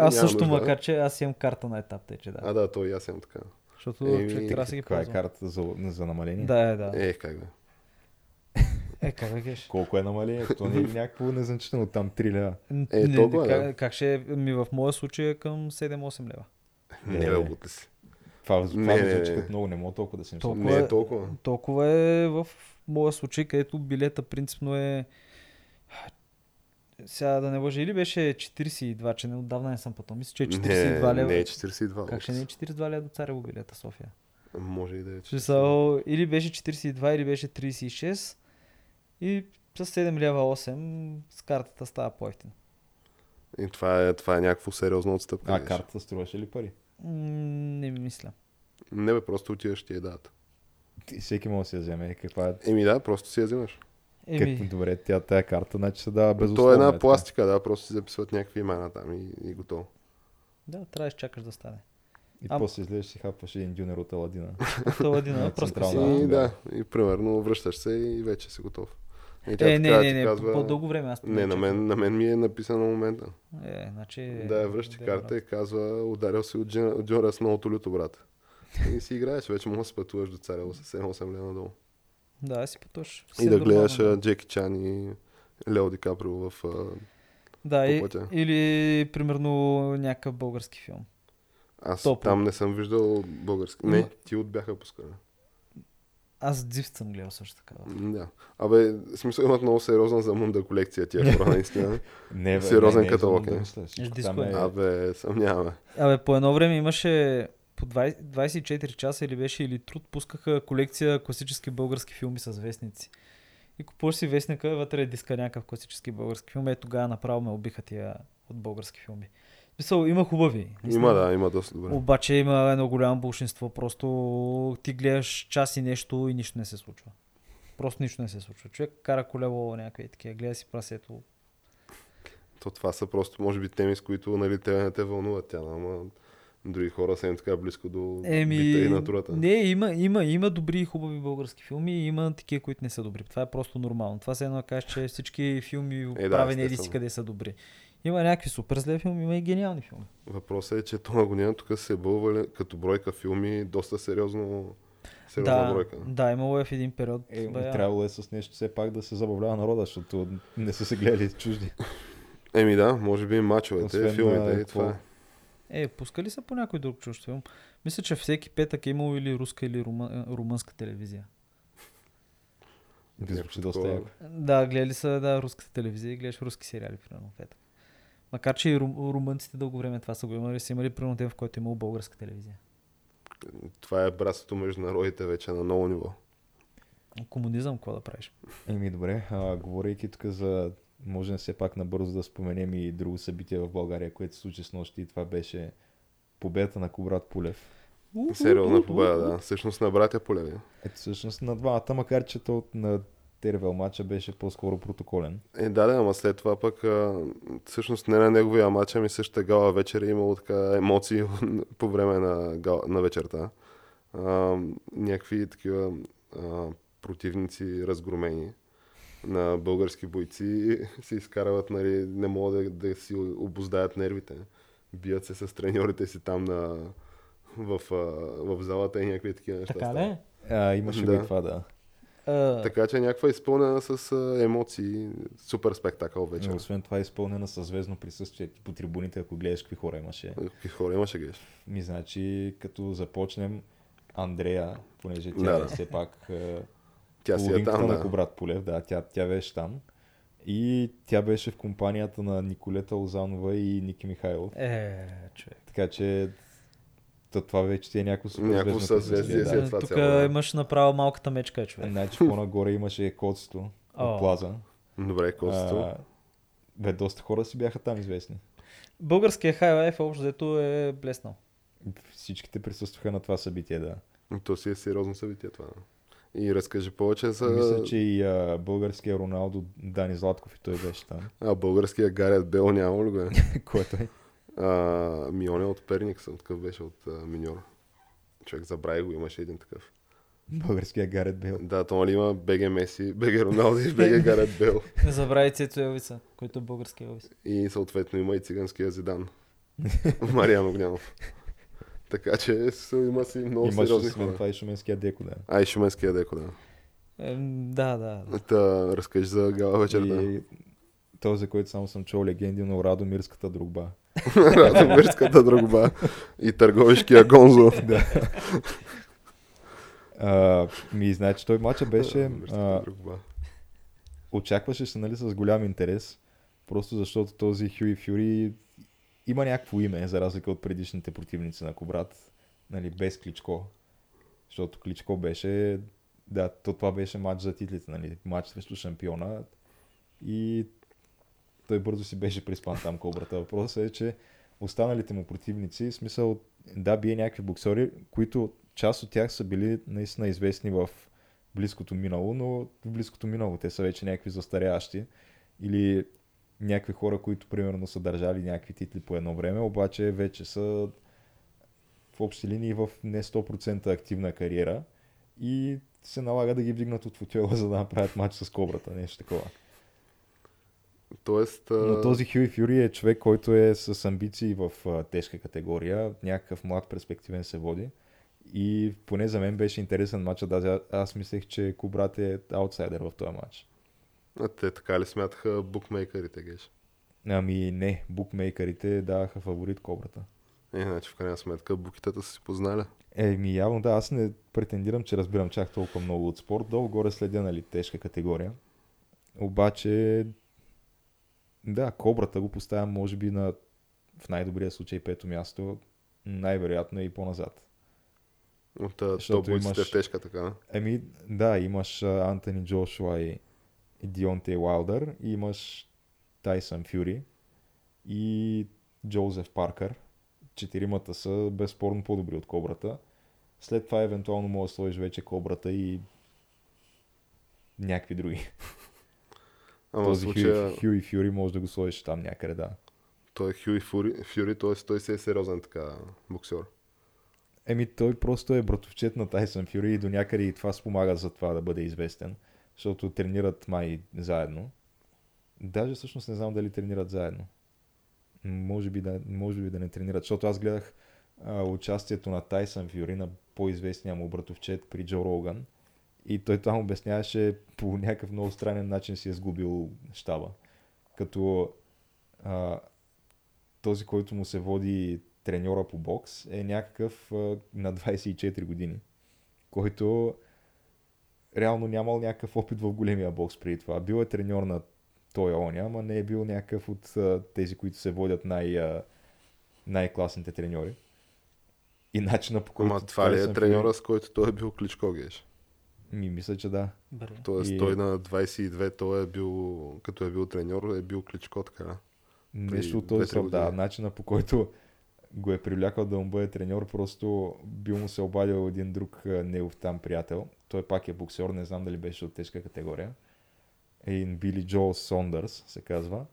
Speaker 1: Аз
Speaker 2: Ами Няма
Speaker 1: също,
Speaker 2: нужда.
Speaker 1: макар че аз имам карта на етап, те, че да.
Speaker 2: А, да, то и аз съм така.
Speaker 1: Защото
Speaker 2: Еми,
Speaker 1: човек трябва да си ги
Speaker 3: Каква е
Speaker 1: ползва.
Speaker 3: картата за, за намаление?
Speaker 1: Да, е, да.
Speaker 2: Ех, как бе.
Speaker 1: Е, как да кажеш?
Speaker 3: Колко е намаление? То не е някакво незначително, там 3 лева.
Speaker 2: Е,
Speaker 1: Не,
Speaker 2: толкова,
Speaker 1: как,
Speaker 2: да.
Speaker 1: как ще е, ми в моя случай е към 7-8 лева.
Speaker 2: Не,
Speaker 3: Не,
Speaker 2: не
Speaker 3: не.
Speaker 2: бе, бутли си.
Speaker 3: Това, това
Speaker 2: Не,
Speaker 3: ми
Speaker 2: не,
Speaker 3: звучи
Speaker 2: не.
Speaker 3: като много, не мога толкова да си мисля.
Speaker 1: Толкова.
Speaker 2: Не е толкова.
Speaker 1: Толкова е в моя случай, където билета принципно е... Сега да не лъжа, или беше 42, че не, отдавна не съм пътувал. Мисля, че е 42
Speaker 2: не,
Speaker 1: лева.
Speaker 2: не е 42.
Speaker 1: Как ще не е
Speaker 2: бутли
Speaker 1: 42 лева до Царево билета, София?
Speaker 2: си. Може и да е
Speaker 1: В
Speaker 2: 42.
Speaker 1: Смисъл, или беше 42, или беше 36. И с 7 лева 8 с картата става по-ефтино.
Speaker 2: И това е, това е някакво сериозно отстъпка.
Speaker 3: А
Speaker 2: видиш.
Speaker 3: картата струваше ли пари?
Speaker 1: М, Не ми мисля.
Speaker 2: Не бе, просто отиваш и ти я дадат.
Speaker 3: Ти- Всеки може да си я вземе. Каква е?
Speaker 2: Еми да, просто си я взимаш.
Speaker 1: Еми,
Speaker 3: Как, добре, тя тая карта, значи се дава безусловно.
Speaker 2: То е
Speaker 3: така.
Speaker 2: една пластика, да, просто си записват някакви имена там и, и готово.
Speaker 1: да, трябва да чакаш да стане.
Speaker 3: И
Speaker 1: Ам.
Speaker 3: после излезеш и хапваш един дюнер от Аладина.
Speaker 1: Толадина, пръска си.
Speaker 3: Централна.
Speaker 2: и
Speaker 3: да.
Speaker 2: да, и примерно връщаш се и вече си готов. И тя
Speaker 1: Е,
Speaker 2: ти
Speaker 1: не,
Speaker 2: трябва да
Speaker 1: не,
Speaker 2: ти
Speaker 1: не,
Speaker 2: казва,
Speaker 1: по-дълго време аз
Speaker 2: Не, на
Speaker 1: чакам.
Speaker 2: мен, на мен ми е написано момента.
Speaker 1: Е, значи...
Speaker 2: Да, я връщи
Speaker 1: да,
Speaker 2: карта и казва, ударил си от Джон от Джон Рас на отолюто, брат. И си играеш, вече може да се пътуваш до Царево с 7-8 лева надолу.
Speaker 1: Да, си потош.
Speaker 2: И да гледаш а, Джеки Чан и Лео Ди Каприо в... а,
Speaker 1: Да,
Speaker 2: по
Speaker 1: и,
Speaker 2: пътя.
Speaker 1: или примерно някакъв български филм.
Speaker 2: Аз
Speaker 1: Топло.
Speaker 2: там не съм виждал български.
Speaker 1: Има-
Speaker 2: Не, ти от бяха пускали.
Speaker 1: Аз Дзифт съм гледал също така.
Speaker 2: М, Да. Абе, в смисъл имат много сериозна за мъмда колекция тия
Speaker 1: Е.
Speaker 2: хора, наистина.
Speaker 3: Не, бе,
Speaker 2: Сериозен
Speaker 3: не, не,
Speaker 2: каталог,
Speaker 3: не,
Speaker 2: е.
Speaker 3: не, мисля, всичко
Speaker 1: Диско
Speaker 3: там
Speaker 1: е.
Speaker 3: е.
Speaker 2: Абе, съмняваме.
Speaker 1: Абе, по едно време имаше по 20, 24 часа или беше или труд, пускаха колекция класически български филми с вестници. И купуваш си вестника, и вътре е диска някакъв класически български филм. Е, тогава направо ме убиха тия от български филми. В Смисъл, има хубави. наистина.
Speaker 2: Има, да, има доста добре.
Speaker 1: Обаче има едно голямо бълшинство. Просто ти гледаш час и нещо и нищо не се случва. Просто нищо не се случва. Човек кара колело някъде и такива, гледа си прасето.
Speaker 2: То това са просто, може би, теми, с които нали, те не те вълнуват тя, но ама други хора са им така близко до бита и
Speaker 1: Еми,
Speaker 2: натурата.
Speaker 1: не, има, има, има добри и хубави български филми и има такива, които не са добри. Това е просто нормално. Това се едно да кажеш, че всички филми,
Speaker 2: Е, да,
Speaker 1: правени еди си
Speaker 2: естествено.
Speaker 1: къде са добри. Има някакви супер зле филми, има и гениални филми.
Speaker 2: Въпросът е, че това година тук се бълва като бройка филми, доста сериозно, сериозна
Speaker 1: Да,
Speaker 2: бройка.
Speaker 1: да, имало е в един период.
Speaker 3: Е, ма
Speaker 1: бая.
Speaker 3: трябвало е с нещо все пак да се забавлява народа, защото не са се гледали чужди.
Speaker 2: Еми да, може би мачовете,
Speaker 3: Освен,
Speaker 2: филмите
Speaker 3: а,
Speaker 2: и това. е.
Speaker 1: Е, пускали са по някой друг чужд филм. Мисля, че всеки петък е имало или руска, или рума, е, румънска телевизия.
Speaker 3: Да звучи
Speaker 2: Някакво
Speaker 3: доста
Speaker 2: Е, такова.
Speaker 3: яко.
Speaker 1: Да, гледали са, да, руската телевизия и гледаш руски сериали, примерно, в петък. Макар, че и рум, румънците дълго време това са го имали, са имали примерно ден, в който е имало българска телевизия.
Speaker 2: Това е братството между народите вече на ново ниво.
Speaker 1: Комунизъм, какво да правиш?
Speaker 3: Еми добре, а, говорейки тук за... Може все пак набързо да споменем и друго събитие в България, което се случи с нощи и това беше победата на Кобрат Пулев.
Speaker 2: Сериозна победа, да. Всъщност на братя Полеви.
Speaker 3: Ето всъщност на двамата, макар че то на Тервел матча беше по-скоро протоколен.
Speaker 2: Е, да, да, ама след това пък, а, всъщност не на неговия матч, ами същата гала вечер е имало така емоции по време на, гала, на вечерта. А, някакви такива а, противници разгромени на български бойци се изкарват, нали, не могат да, да си обоздаят нервите. Бият се с треньорите си там на, в, а, в залата и някакви такива неща.
Speaker 1: Така
Speaker 2: стават.
Speaker 1: ли?
Speaker 3: А, имаше да.
Speaker 2: Да.
Speaker 3: го и това, да.
Speaker 1: А,
Speaker 2: Така че някаква е изпълнена с а, емоции, супер спектакъл вече.
Speaker 3: Но освен това е изпълнена със звездно присъствие Ти по трибуните, ако гледаш какви хора имаше.
Speaker 2: Какви хора имаше, геш?
Speaker 3: Ми значи, като започнем, Андрея, понеже тя
Speaker 2: Да,
Speaker 3: е
Speaker 2: да.
Speaker 3: все пак е,
Speaker 2: Тя си е
Speaker 3: половинката
Speaker 2: там,
Speaker 3: на
Speaker 2: да.
Speaker 3: Кобрат Полев, да, тя, тя беше там. И тя беше в компанията на Николета Лозанова и Ники Михайлов.
Speaker 1: е, човек.
Speaker 3: Така че та това вече ти е някакво супер
Speaker 2: Някакво
Speaker 3: звездно
Speaker 2: съзвездие
Speaker 3: присъствие,
Speaker 2: си е
Speaker 3: да.
Speaker 2: това
Speaker 1: Тук
Speaker 2: цяло, да.
Speaker 1: имаш направо малката мечка, е, човек.
Speaker 3: Значи по-нагоре имаше коцето
Speaker 1: О.
Speaker 3: от плаза.
Speaker 2: Добре, Косто.
Speaker 3: А, Бе, доста хора си бяха там известни.
Speaker 1: Българския хайлайф общо взето е блеснал.
Speaker 3: Всичките присъстваха на това събитие, да.
Speaker 2: То си е сериозно събитие това. И разкажи повече за
Speaker 3: Мисля, че и а, българския Роналдо Дани Златков и той беше там.
Speaker 2: а, българския Гарет Бел, няма ли го е?
Speaker 3: Което е.
Speaker 2: А, Мионе от Перник съм, такъв беше от а, Миньор. Човек забрави го, имаше един такъв.
Speaker 3: Българския Гарет Бел.
Speaker 2: Да, то нали има БГ Меси, БГ Роналдо и БГ Гарет Бел.
Speaker 1: Не забравяй Цецо Елвиса, който е български Елвис.
Speaker 2: И съответно има и циганския Зидан. Мариан Огнянов. Така че с- има си много
Speaker 3: Имаше
Speaker 2: сериозни
Speaker 3: освен
Speaker 2: хора.
Speaker 3: това и шуменския Деко, да.
Speaker 2: А, и Шуменския деко, да.
Speaker 1: Е, да, да.
Speaker 2: Та, разкажи за гала вечерта.
Speaker 3: И този, за който само съм чул легенди, но Радомирската другба.
Speaker 2: Радомирската другба и търговишкия гонзо.
Speaker 3: А, ми, значи, той матча беше...
Speaker 2: Радомирската
Speaker 3: А,
Speaker 2: другба.
Speaker 3: очакваше се, нали, с голям интерес. Просто защото този Хюи Фюри има някакво име, за разлика от предишните противници на Кобрат. Нали, без Кличко. Защото Кличко беше... Да, то това беше матч за титлите, нали? Матч срещу шампиона. И той бързо си беше приспан там кобрата. Въпросът е, че останалите му противници, в смисъл, да, бие някакви боксери, които част от тях са били наистина известни в близкото минало, но в близкото минало те са вече някакви застарящи или някакви хора, които примерно са държали някакви титли по едно време, обаче вече са в общи линии в не 100% активна кариера и се налага да ги вдигнат от футюла, за да направят матч с кобрата, нещо такова.
Speaker 2: Тоест, а,
Speaker 3: Но този Хюи Фюри е човек, който е с амбиции в а, тежка категория, някакъв млад перспективен се води. И поне за мен беше интересен матчът, даже а- аз мислех, че Кубрат е аутсайдер в този матч.
Speaker 2: а те така ли смятаха букмейкерите, геш?
Speaker 3: Ами не, букмейкерите даваха фаворит Кобрата.
Speaker 2: Е, значи в крайна сметка букитата са си познали.
Speaker 3: Еми явно да, аз не претендирам, че разбирам чак толкова много от спорт. Долу-горе следя, нали, тежка категория. Обаче, да, кобрата го поставям, може би, на в най-добрия случай пето място, най-вероятно е и по-назад.
Speaker 2: От а,
Speaker 3: Защото
Speaker 2: топ имаш...
Speaker 3: имаш-
Speaker 2: в тежка така.
Speaker 3: Еми, Ами, да, имаш а, Антони Джошуа и и Дионте Уайлдър, и имаш Тайсън Фюри и Джозеф Паркър. Четиримата са безспорно по-добри от Кобрата. След това евентуално може да сложиш вече Кобрата и някакви други.
Speaker 2: Ама
Speaker 3: Този
Speaker 2: в случая
Speaker 3: Хюи, Хюи Фюри може да го сложиш там някъде, да.
Speaker 2: той е Хюи Фюри, Фюри т.е. той си е сериозен така боксер.
Speaker 3: Еми той просто е братовчет на Тайсън Фюри и до някъде и това спомага за това да бъде известен, защото тренират май заедно. Даже всъщност не знам дали тренират заедно. М, Може би да, може би да не тренират, защото аз гледах а, участието на Тайсън Фюри на по-известния му братовчет при Джо Роган и той там обясняваше по някакъв много странен начин си е сгубил щаба. Като а, този, който му се води треньора по бокс, е някакъв а, на 24 години, който реално нямал някакъв опит в големия бокс преди това. Бил е треньор на той оня, ама не е бил някакъв от а, тези, които се водят най, а, най-класните треньори. И начина по който...
Speaker 2: Ама това ли е
Speaker 3: Тайсън
Speaker 2: треньора, с който той е бил Кличко, геш?
Speaker 3: Фюри- Ми, мисля, че да.
Speaker 1: Бре.
Speaker 2: Тоест
Speaker 3: И-
Speaker 2: той на 22, той е бил, като е бил треньор, е бил Кличко, така.
Speaker 3: Нещо от
Speaker 2: две-три
Speaker 3: този сорт, да.
Speaker 2: години.
Speaker 3: Начина по който го е привлякал да му бъде треньор, просто бил му се обадил един друг а, негов там приятел. Той пак е боксер, не знам дали беше от тежка категория. Един Били Джо Сондърс се казва.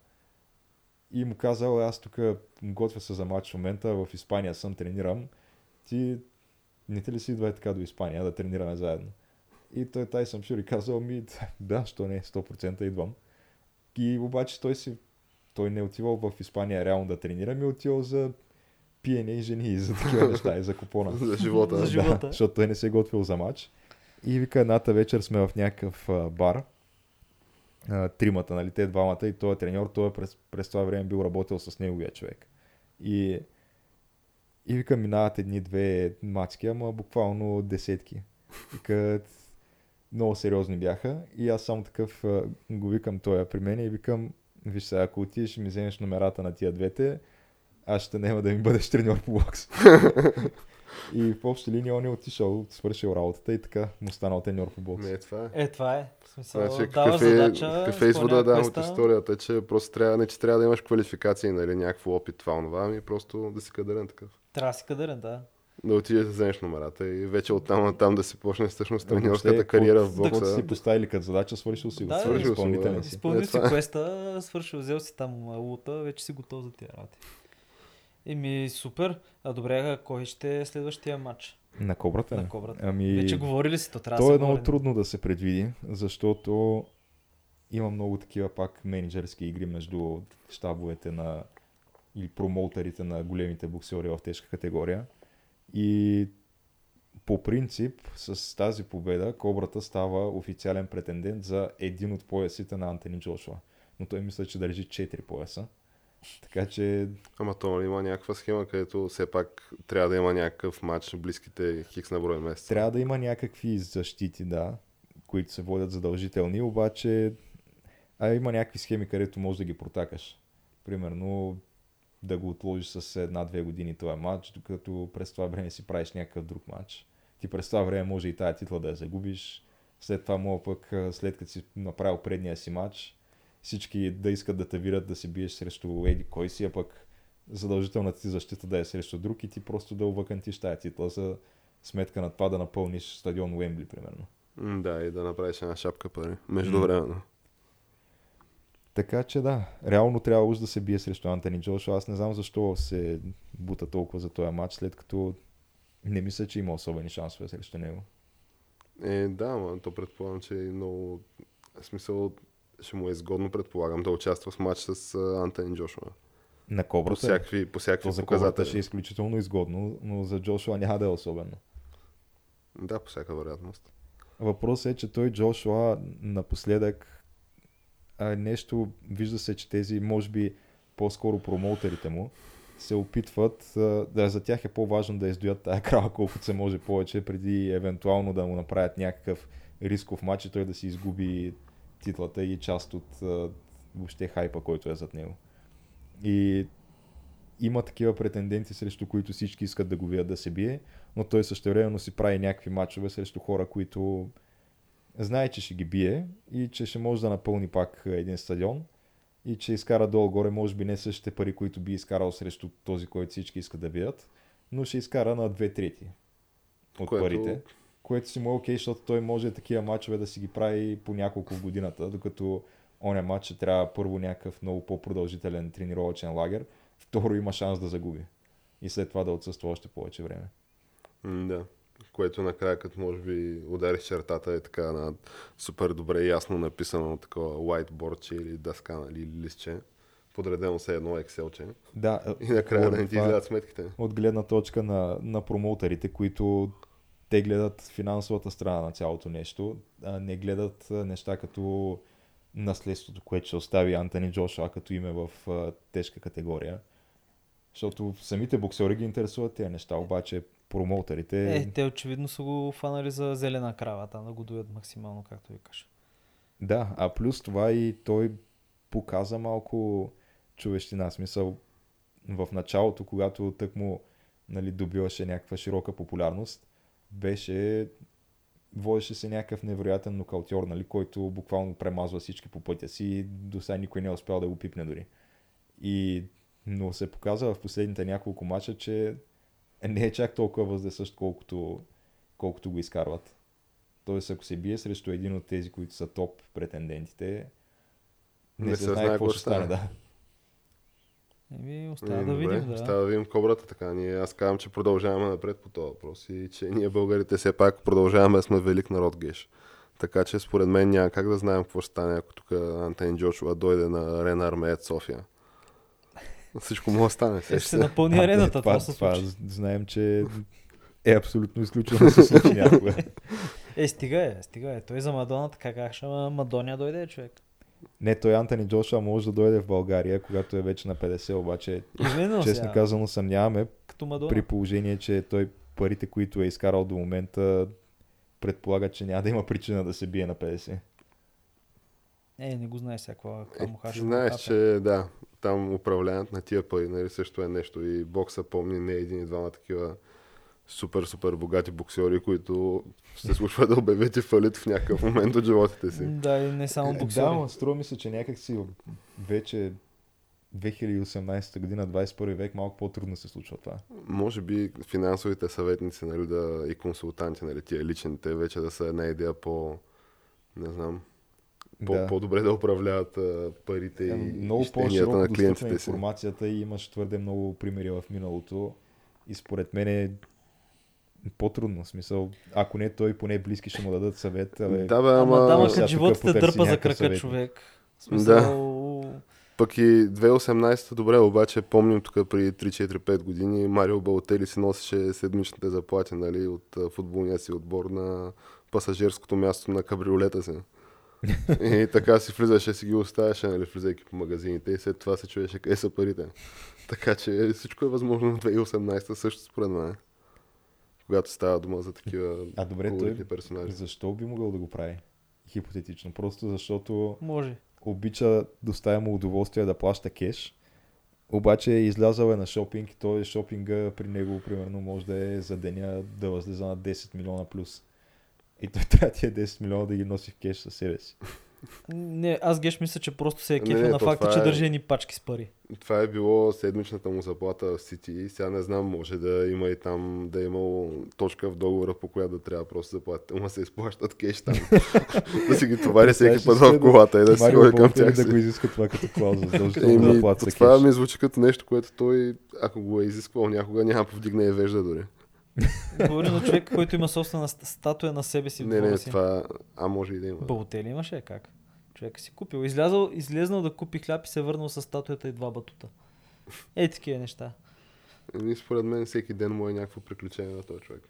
Speaker 3: И му казал, аз тук готвя се за матч в момента, в Испания съм, тренирам. Ти не те ли си идва е така до Испания да тренираме заедно? И той Тайсън Фюри казал ми, да, що не, 100% идвам. И обаче той си той не е отивал в Испания реално да тренира, ми е отивал за пиене и жени и за такива неща и за купона.
Speaker 2: За живота.
Speaker 1: За
Speaker 2: да.
Speaker 1: жи- живота.
Speaker 3: Да, защото той не се е готвил за матч. И вика, едната вечер сме в някакъв а, бар. А, тримата, нали, те двамата и той е треньор, той е през, през това време бил работил с неговия човек. И, и вика, минават едни-две мацки, ама буквално десетки. Вика, много сериозни бяха и аз само такъв а, го викам той при мен и викам, виж сега, ако отидеш и ми вземеш номерата на тия двете, аз ще няма да ми бъдеш треньор по бокс. и в общи линии он е отишъл, свършил работата и така му станал треньор по бокс.
Speaker 2: Не, това е.
Speaker 1: Е, това е. В смисъл,
Speaker 2: Значи,
Speaker 1: даваш
Speaker 2: какъв е,
Speaker 1: задача,
Speaker 2: какъв е извода
Speaker 1: изпълняваш
Speaker 2: да, от
Speaker 1: квеста.
Speaker 2: историята, че просто трябва, не че трябва да имаш квалификации, нали, някакво опит, това, онова, ами просто да си кадърен такъв.
Speaker 1: Трябва да си кадърен, да.
Speaker 2: Да отидеш да вземеш номерата и вече оттам на там да си почнеш всъщност
Speaker 3: Въобще,
Speaker 2: треньорската
Speaker 3: какво-
Speaker 2: кариера в
Speaker 3: Каквото
Speaker 2: бокса.
Speaker 3: си поставили като задача, свършил си го.
Speaker 1: Да,
Speaker 3: свършил
Speaker 1: свършил
Speaker 2: си го,
Speaker 3: изпълнителен
Speaker 2: да.
Speaker 3: си.
Speaker 1: Изпълнил
Speaker 2: Е,
Speaker 1: си
Speaker 2: това е.
Speaker 1: квеста, свършил, взел си там а, лута, вече си готов за тия работи. Еми, супер. А добре, а кой ще е следващия матч?
Speaker 3: На кобрата.
Speaker 1: На
Speaker 3: не?
Speaker 1: кобрата.
Speaker 3: Ами...
Speaker 1: Вече говорили си, то трябва
Speaker 3: То е
Speaker 1: да се
Speaker 3: много
Speaker 1: говори.
Speaker 3: трудно да се предвиди, защото има много такива пак менеджерски игри между щабовете на или промоутерите на големите боксери в тежка категория. И по принцип с тази победа Кобрата става официален претендент за един от поясите на Антони Джошуа. Но той мисля, че държи 4 пояса. Така че
Speaker 2: Ама то нали има някаква схема, където все пак трябва да има някакъв матч в близките хикс на брой месеца.
Speaker 3: Трябва да има някакви защити, да, които се водят задължителни, обаче а има някакви схеми, където можеш да ги протакаш. Примерно да го отложиш с една-две години този матч, докато през това време си правиш някакъв друг матч. Ти през това време може и тая титла да я загубиш. След това мога пък, а, след като си направил предния си матч, всички да искат да те вират да се биеш срещу Еди кой си, а пък задължителната ти защита да е срещу друг и ти просто да увакантиш тая титла за сметка на това да напълниш стадион Уембли, примерно.
Speaker 2: М, Да, и да направиш една шапка пари. Междувременно.
Speaker 3: Така че да, реално трябва уж да се бие срещу Антони Джошуа. Аз не знам защо се бута толкова за този матч, след като не мисля, че има особени шансове срещу него.
Speaker 2: Е, да, ма, то предполагам, че е много... В смисъл, ще му е изгодно, предполагам, да участва в матч с а, Антони Джошуа.
Speaker 3: На
Speaker 2: По
Speaker 3: Кобрата. е.
Speaker 2: всякакви, по всякакви
Speaker 3: То за Кобрата
Speaker 2: показатели.
Speaker 3: ще е изключително изгодно, но за Джошуа няма да е особено.
Speaker 2: Да, по всяка вероятност.
Speaker 3: Въпросът е, че той Джошуа напоследък а, нещо, вижда се, че тези, може би, по-скоро промоутерите му се опитват, а, да за тях е по-важно да издоят тая крава колкото се може повече, преди евентуално да му направят някакъв рисков матч и той да си изгуби титлата и част от а, въобще хайпа, който е зад него. И има такива претенденти, срещу които всички искат да го видят да се бие, но той същевременно си прави някакви матчове срещу хора, които знае, че ще ги бие и че ще може да напълни пак е, един стадион и че изкара долу-горе, може би не същите пари, които би изкарал срещу този, който всички искат да бият, но ще изкара на две трети от
Speaker 2: Което-
Speaker 3: което... парите, което си му е окей, защото той може такива матчове да си ги прави по няколко в годината, докато оня матч ще трябва първо някакъв много по-продължителен тренировъчен лагер, второ има шанс да загуби и след това да отсъства още повече време.
Speaker 2: М, да. Което накрая, като може би удариш чертата е така на супер добре ясно написано такова whiteboard или дъска нали, или листче. Подредено се е едно Excel-че.
Speaker 3: Да, е,
Speaker 2: И накрая да
Speaker 3: говорим
Speaker 2: не ти
Speaker 3: това
Speaker 2: излядат сметките.
Speaker 3: От гледна точка на, на промоутерите, които те гледат финансовата страна на цялото нещо, а не гледат а, неща като наследството, което ще остави Антони Джошуа като име в а, тежка категория. Защото самите боксери ги интересуват тези неща, обаче промоутерите...
Speaker 1: Е, те очевидно са го фанали за зелена крава, там да го дуят максимално, както ви кажа.
Speaker 3: Да, а плюс това и той показа малко човещина. В Смисъл, в началото, когато тък му нали, добиваше някаква широка популярност, беше водеше се някакъв невероятен нокаутьор, нали, който буквално премазва всички по пътя си и до сега никой не е успял да го пипне дори. И, но се показа в последните няколко мача, че не е чак толкова въздесъщ, колкото, колкото го изкарват. Тоест, ако се бие срещу един от тези, които са топ претендентите, не,
Speaker 2: Не
Speaker 3: се знае какво ще стане.
Speaker 2: стане.
Speaker 3: Да.
Speaker 1: Еми,
Speaker 2: Е,
Speaker 1: остава да
Speaker 2: добре,
Speaker 1: видим, да.
Speaker 2: Остава да видим кобрата така. Ние, аз казвам, че продължаваме напред по този въпрос и че ние българите все пак продължаваме да сме велик народ геш. Така че според мен няма как да знаем какво ще стане, ако тук Антен Джошуа дойде на Арена Армеец София. Всичко може да стане.
Speaker 1: Е, ще се напълни
Speaker 3: А,
Speaker 1: арената,
Speaker 3: е,
Speaker 1: това, се
Speaker 3: това
Speaker 1: случи.
Speaker 3: знаем, че е абсолютно изключено да се случи някога.
Speaker 1: Е, стига е, стига е. Той за Мадона така как ще ама Мадоня дойде човек.
Speaker 3: Не, той Антони Джошуа може да дойде в България, когато е вече на 50, обаче
Speaker 1: Именно
Speaker 3: честно
Speaker 1: сега,
Speaker 3: казано съмняваме,
Speaker 1: като Мадона.
Speaker 3: при положение, че той парите, които е изкарал до момента, предполага, че няма да има причина да се бие на 50.
Speaker 1: Е, не го знаеш сега, какво какво
Speaker 2: Е,
Speaker 1: му
Speaker 2: ти
Speaker 1: хаша.
Speaker 2: знаеш, че да, там управляването на тия пари нали, също е нещо. И бокса помни не един и двама такива супер, супер богати боксери, които се случва да обявят и фалит в някакъв момент от животите си. Е,
Speaker 1: Да, и не само боксери.
Speaker 3: Е, Да, но струва ми се, че някакси вече 2018 година, 21 век, малко по-трудно се случва това.
Speaker 2: Може би финансовите съветници нали, да, и консултанти, нали, тия личните, вече да са една идея по, не знам, по,
Speaker 3: Да.
Speaker 2: по-добре да управляват а, парите
Speaker 3: Е,
Speaker 2: и,
Speaker 3: много
Speaker 2: и щенията
Speaker 3: по-широко
Speaker 2: на
Speaker 3: достъпна
Speaker 2: клиентите си.
Speaker 3: информацията и имаш твърде много примери в миналото и според мен е по-трудно. В Смисъл, ако не той, поне близки ще му дадат съвет. Абе,
Speaker 2: Да, бе, ама...
Speaker 1: Ама е да, ама
Speaker 3: сега
Speaker 1: като
Speaker 3: тук
Speaker 1: живота те
Speaker 3: потърси
Speaker 1: дърпа за
Speaker 3: някакъв
Speaker 1: крака
Speaker 3: съветник.
Speaker 1: човек. В Смисъл...
Speaker 2: Пък и 2018 добре, обаче помним тук при 3-4-5 години Марио Балтели си носеше седмичните заплати нали, от а, футболния си отбор на пасажирското място на кабриолета си. И така си влизаше, си ги оставяше, нали, влизайки по магазините и след това се чуеше къде са парите. Така че всичко е възможно в 2018 също според мен. Когато става дума за такива
Speaker 3: А добре, той
Speaker 2: колоритни персонажи.
Speaker 3: защо би могъл да го прави? Хипотетично. Просто защото
Speaker 1: Може.
Speaker 3: обича, доставя му удоволствие да плаща кеш, обаче е излязъл е на шопинг и той шопинга при него примерно може да е за деня да възлиза на 10 милиона плюс. И той трябва тия 10 милиона да ги носи в кеш със себе си.
Speaker 1: Не, аз геш мисля, че просто се е
Speaker 2: Не,
Speaker 1: кефил
Speaker 2: не,
Speaker 1: на
Speaker 2: то
Speaker 1: факта,
Speaker 2: това
Speaker 1: че
Speaker 2: е-
Speaker 1: държи едни пачки с пари.
Speaker 2: Това е било седмичната му заплата в Сити. Сега не знам, може да има и там, да е имало точка в договора, по която да трябва просто заплатите. Ама се изплащат кеш там. да си ги товари всеки път в колата и Е, да си
Speaker 3: Марио
Speaker 2: ходи към
Speaker 3: Балтери
Speaker 2: тях.
Speaker 3: да
Speaker 2: си.
Speaker 3: го изиска това като клауза, задължително да
Speaker 2: Еми,
Speaker 3: плаща
Speaker 2: това
Speaker 3: кеш.
Speaker 2: ми звучи като нещо, което той, ако го е изисквал някога, няма да повдигне и вежда дори.
Speaker 1: Говорим за човек, който има собствена ст- статуя на себе си. в
Speaker 2: Не,
Speaker 1: двора
Speaker 2: не,
Speaker 1: си.
Speaker 2: това... А може и да има.
Speaker 1: Балотели имаше, как? Човек си купил. Излязъл, излезнал да купи хляб и се върнал с статуята и два батута. Е, такива неща.
Speaker 2: Еми, според мен всеки ден му е някакво приключение на този човек.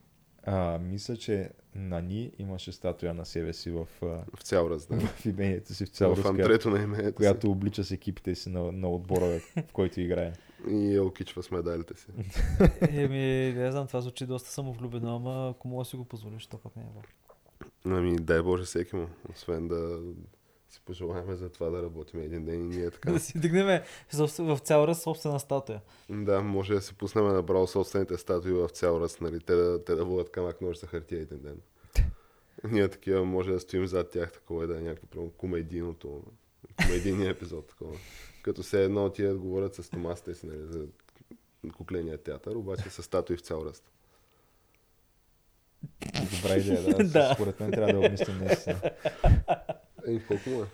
Speaker 3: А, мисля, че на ни имаше статуя на себе си в, а,
Speaker 2: В цял раз, да.
Speaker 3: в имението си в цял
Speaker 2: В
Speaker 3: Руския,
Speaker 2: антрето на името която...
Speaker 3: която облича с екипите си на, на отбора, в който играе.
Speaker 2: си. И я окичва с медалите си.
Speaker 1: Еми, не знам, това звучи доста самовлюбено, ама ако мога да си го позволиш, то пък не е важно.
Speaker 2: Ами, дай Боже всеки му. Освен да си пожелаваме за това да работим един ден и ние така.
Speaker 1: Да си дигнем в цял раз собствена статуя.
Speaker 2: да, може да си пуснем направо собствените статуи в цял раз, нали? Те да, те да водят камък нож за хартия един ден. ние такива може да стоим зад тях, такова и да е някакво прямо комедийното, комедийния епизод, такова. Като се едно отидат, говорят с томасите си, нали, за кукления театър, обаче с статуи в цял раз.
Speaker 3: Добра идея, да.
Speaker 1: Да.
Speaker 3: Според мен трябва да я обмислим наистина.
Speaker 2: Ей, колко му е?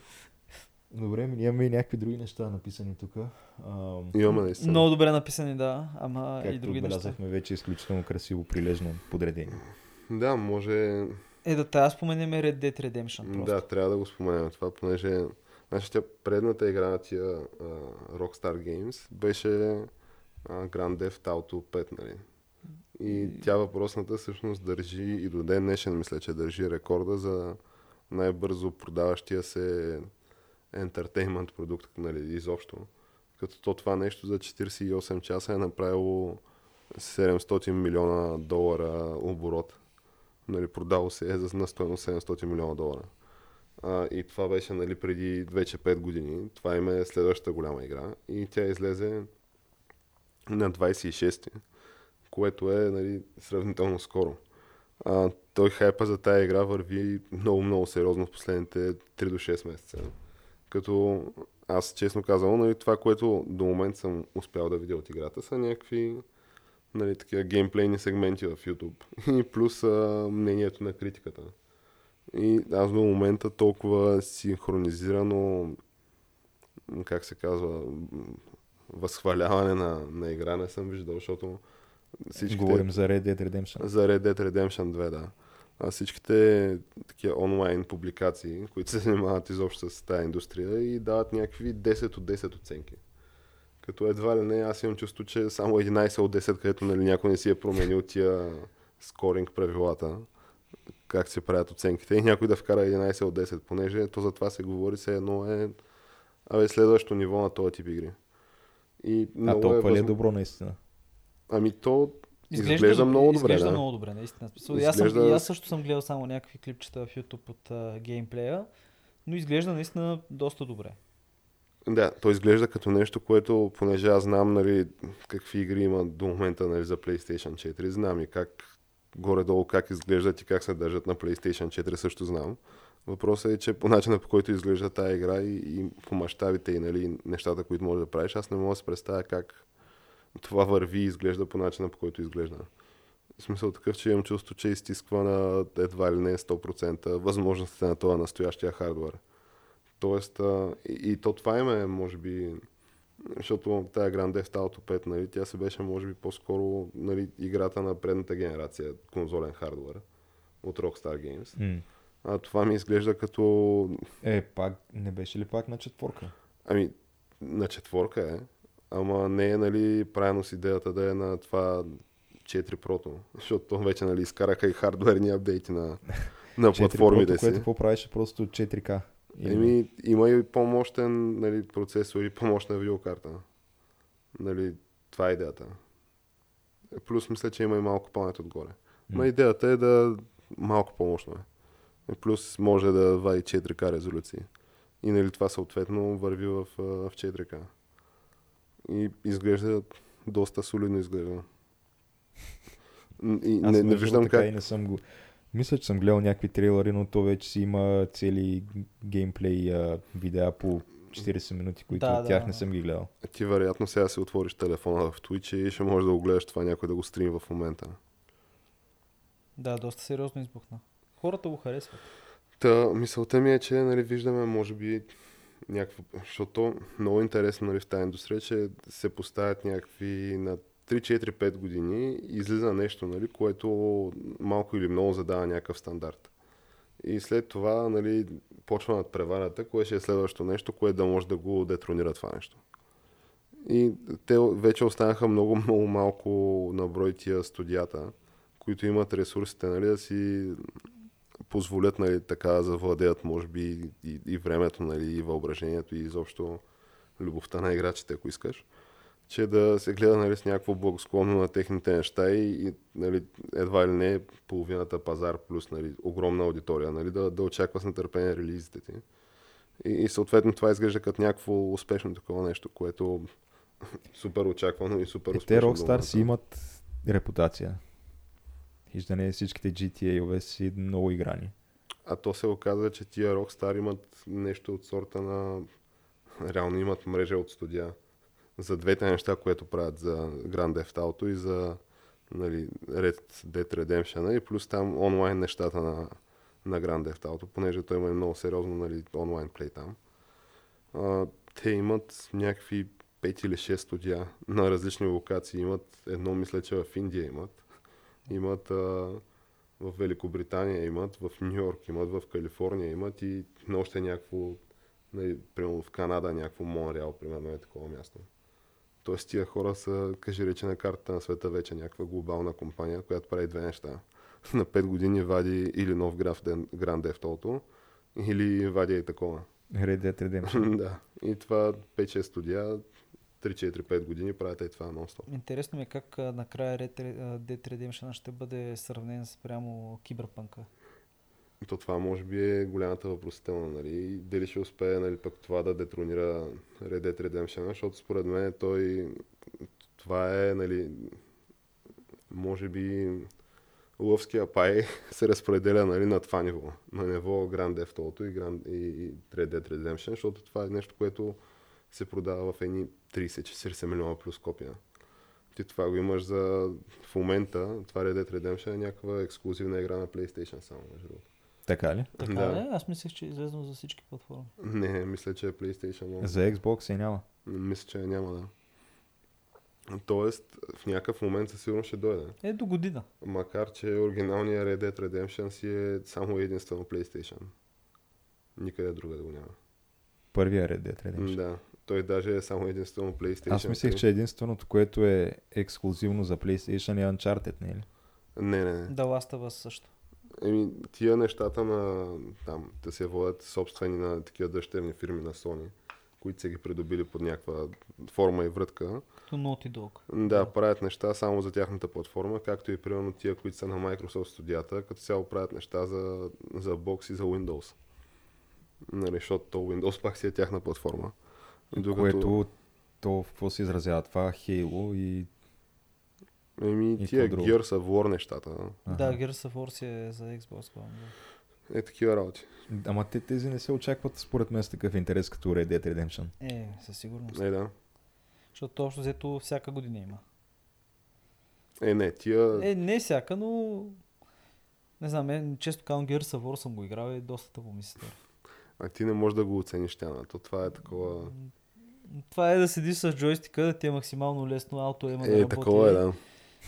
Speaker 3: Добре, ми имаме и някакви други неща написани тук. Ам,
Speaker 2: Имаме наистина.
Speaker 1: Много добре написани, да, ама и
Speaker 3: Както
Speaker 1: други неща.
Speaker 3: отбелязахме вече изключително красиво, прилежно подредение.
Speaker 2: Да, може.
Speaker 1: Е, да трябва да споменем Red Dead Redemption просто.
Speaker 2: Да, трябва да го споменем това, понеже значи, тя предната игра на тия а, Rockstar Games беше а, Grand Theft Auto 5, нали? И тя въпросната всъщност държи и до ден днешен мисля, че държи рекорда за най-бързо продаващия се ентертеймент продукт, нали, изобщо. Като то това нещо за 48 часа е направило 700 милиона долара оборот. Нали, продало се е за на стоеност 700 милиона долара. А, и това беше нали, преди вече 5 години. Това им е следващата голяма игра. И тя излезе на 26-ти, което е нали, сравнително скоро. А, той хайпа за тая игра върви много-много сериозно в последните 3 до 6 месеца. Като аз честно казвам, нали, това, което до момента съм успял да видя от играта, са някакви нали, такива геймплейни сегменти в YouTube. И плюс а, мнението на критиката. И аз до момента толкова синхронизирано, м, как се казва, м, възхваляване на, на игра не съм виждал, защото всичките...
Speaker 3: Говорим за Red Dead Redemption.
Speaker 2: За Red Dead Redemption 2, да. А всичките такива онлайн публикации, които се занимават изобщо с тази индустрия и дават някакви 10 от 10 оценки. Като едва ли не, аз имам чувство, че само 11 от 10, където нали, някой не си е променил тия скоринг правилата, как се правят оценките и някой да вкара 11 от 10, понеже то за това се говори се едно е абе, следващото ниво на този тип игри. И
Speaker 3: А
Speaker 2: много
Speaker 3: толкова ли е
Speaker 2: възм-
Speaker 3: добро наистина?
Speaker 2: Ами то изглежда, много добре.
Speaker 1: Изглежда
Speaker 2: да.
Speaker 1: много добре, наистина. Смисъл, аз,
Speaker 2: Изглежда-
Speaker 1: съм, и аз също съм гледал само някакви клипчета в YouTube от а, геймплея, но изглежда наистина доста добре.
Speaker 2: Да, то изглежда като нещо, което, понеже аз знам нали, какви игри има до момента нали, за PlayStation 4, знам и как горе-долу как изглеждат и как се държат на PlayStation 4 също знам. Въпросът е, че по начина по който изглежда тая игра и, и по мащабите и нали, нещата, които можеш да правиш, аз не мога да се представя как това върви и изглежда по начина по който изглежда. В смисъл такъв, че имам чувство, че изтисква на едва ли не 100% възможностите на това настоящия хардвер. Тоест, а, и, и то това им е, може би, защото тая Grand Theft Auto 5, нали, тя се беше, може би, по-скоро нали, играта на предната генерация конзолен хардвер от Rockstar Games.
Speaker 3: М.
Speaker 2: А това ми изглежда като...
Speaker 3: Е, пак, не беше ли пак на четворка?
Speaker 2: Ами, на четворка е, ама не е, нали, правено с идеята да е на това 4 прото, защото то вече, нали, изкараха и хардверни апдейти на, на
Speaker 3: 4
Speaker 2: платформите
Speaker 3: Pro-то,
Speaker 2: си. Ами,
Speaker 3: което какво правеше просто 4K. Или-
Speaker 2: Еми, има и по-мощен нали, процесор и по-мощна видеокарта. Нали, това е идеята. Е, Плюс мисля, че има и малко памет отгоре. Ма идеята е да малко по-мощно е. И Плюс може да вади 4К резолюции. И нали, това съответно върви в, а, в 4К. И изглежда доста солидно изглежда. М, И не,
Speaker 3: Аз
Speaker 2: не
Speaker 3: между
Speaker 2: виждам
Speaker 3: така
Speaker 2: как...
Speaker 3: И не съм го... Мисля, че съм гледал някакви трейлери, но то вече си има цели геймплей а, видеа по 40 минути, които
Speaker 1: Да,
Speaker 3: от
Speaker 1: да,
Speaker 3: тях
Speaker 1: да.
Speaker 3: не съм ги гледал.
Speaker 2: Ти вероятно сега си отвориш телефона в Twitch и ще можеш да го гледаш това някой да го стрими в момента.
Speaker 1: Да, доста сериозно избухна. Хората го харесват.
Speaker 2: Та, мисълта ми е, че нали, виждаме, може би, някакво... Защото много интересно нали, в тази индустрия, че се поставят някакви на 3-4-5 години излиза нещо, нали, което малко или много задава някакъв стандарт. И след това нали, почва над преварата, кое ще е следващото нещо, което да може да го детронира това нещо. И те вече останаха много, много малко на брой тия студията, които имат ресурсите нали, да си позволят нали, така да завладеят, може би, и, и времето, нали, и въображението, и изобщо любовта на играчите, ако искаш, че да се гледа нали, с някакво благосклонно на техните неща и, и нали, едва ли не половината пазар плюс нали, огромна аудитория, нали, да, да очаква с нетърпение релизите ти. И, и съответно това изглежда като някакво успешно такова нещо, което супер очаквано и супер
Speaker 3: Е, те
Speaker 2: успешно.
Speaker 3: Rockstar си имат репутация. Виждане е всичките GTA-ове си много играни.
Speaker 2: А то се оказа, че тия Rockstar имат нещо от сорта на... Реално имат мрежа от студия за двете неща, което правят за Grand Theft Auto и за нали, Red Dead Redemption и плюс там онлайн нещата на, на Grand Theft Auto, понеже той има и много сериозно нали, онлайн плей там. А, те имат някакви 5 или 6 студия на различни локации. Имат едно, мисля, че в Индия имат. Имат а, в Великобритания имат, в Нью Йорк имат, в Калифорния имат и на още някакво, нали, примерно в Канада, някакво Монреал, примерно е такова място. Тоест тия хора са, кажи рече на картата на света вече някаква глобална компания, която прави две неща. На 5 години вади или нов граф Ден- Grand Theft Auto, или вади и такова.
Speaker 3: Red Dead Redemption.
Speaker 2: да. И това 5-6 студия, 3-4-5 години правят и това нон-стоп.
Speaker 1: Интересно ми е как а, накрая Red Red- а, Dead Redemption ще бъде сравнен спрямо Киберпанка.
Speaker 2: То това може би е голямата въпросителна, нали? Дали ще успее нали, пък това да детронира Red Dead Redemption, защото според мен той това е, нали, може би лъвския пай се разпределя нали, на това ниво. На ниво Grand Theft Auto и, Grand, и, и Red Dead Redemption, защото това е нещо, което се продава в едни 30-40 милиона плюс копия. Ти това го имаш за... В момента това Red Dead Redemption е някаква ексклюзивна игра на PlayStation само, между другото.
Speaker 3: Така ли?
Speaker 1: Така
Speaker 2: Да.
Speaker 1: да. ли? Аз мислех, че е излезнал за всички платформи.
Speaker 2: Не, мисля, че е PlayStation. Но...
Speaker 3: За Xbox и няма.
Speaker 2: Мисля, че я няма, да. Тоест, в някакъв момент със сигурност ще дойде.
Speaker 1: Е, до година.
Speaker 2: Макар, че оригиналният Red Dead Redemption си е само и единствено PlayStation. Никъде друга да го няма.
Speaker 3: Първия Red Dead Redemption.
Speaker 2: Да, той даже е само и единствено PlayStation.
Speaker 3: Аз мислех,
Speaker 2: 3.
Speaker 3: че единственото, което е ексклюзивно за PlayStation е Uncharted, не е ли?
Speaker 2: Не, не, не.
Speaker 1: Да, Last of Us също.
Speaker 2: Еми, тия нещата на там, да се водят собствени на такива дъщерни фирми на Sony, които са ги придобили под някаква форма и врътка.
Speaker 1: Като Naughty Dog.
Speaker 2: Да, правят неща само за тяхната платформа, както и примерно тия, които са на Microsoft студията, като цяло правят неща за, за Box и за Windows. Нали, защото то Windows пак си е тяхна платформа. Докато,
Speaker 3: Което то в какво се изразява това? е Halo и...
Speaker 2: Еми,
Speaker 3: и
Speaker 2: тия
Speaker 3: какво друго.
Speaker 2: Gears of War нещата,
Speaker 3: Аха.
Speaker 1: Да, Gears of War си е за Xbox главно. да.
Speaker 2: е такива работи.
Speaker 3: Ама те, тези не се очакват според мен с такъв интерес като Red Dead Redemption.
Speaker 1: Е, със сигурност.
Speaker 2: Е, да.
Speaker 1: Защото общо взето всяка година има.
Speaker 2: Е, не, тия...
Speaker 1: Е, не всяка, но... Не знам, е, често казвам Gears of War съм го играл и е доста тъпо ми се стори.
Speaker 2: А ти не можеш да го оцениш тяна. То това е такова...
Speaker 1: Това е да седиш с джойстика, да ти е максимално лесно ауто ема да
Speaker 2: Е,
Speaker 1: работи.
Speaker 2: такова е, да.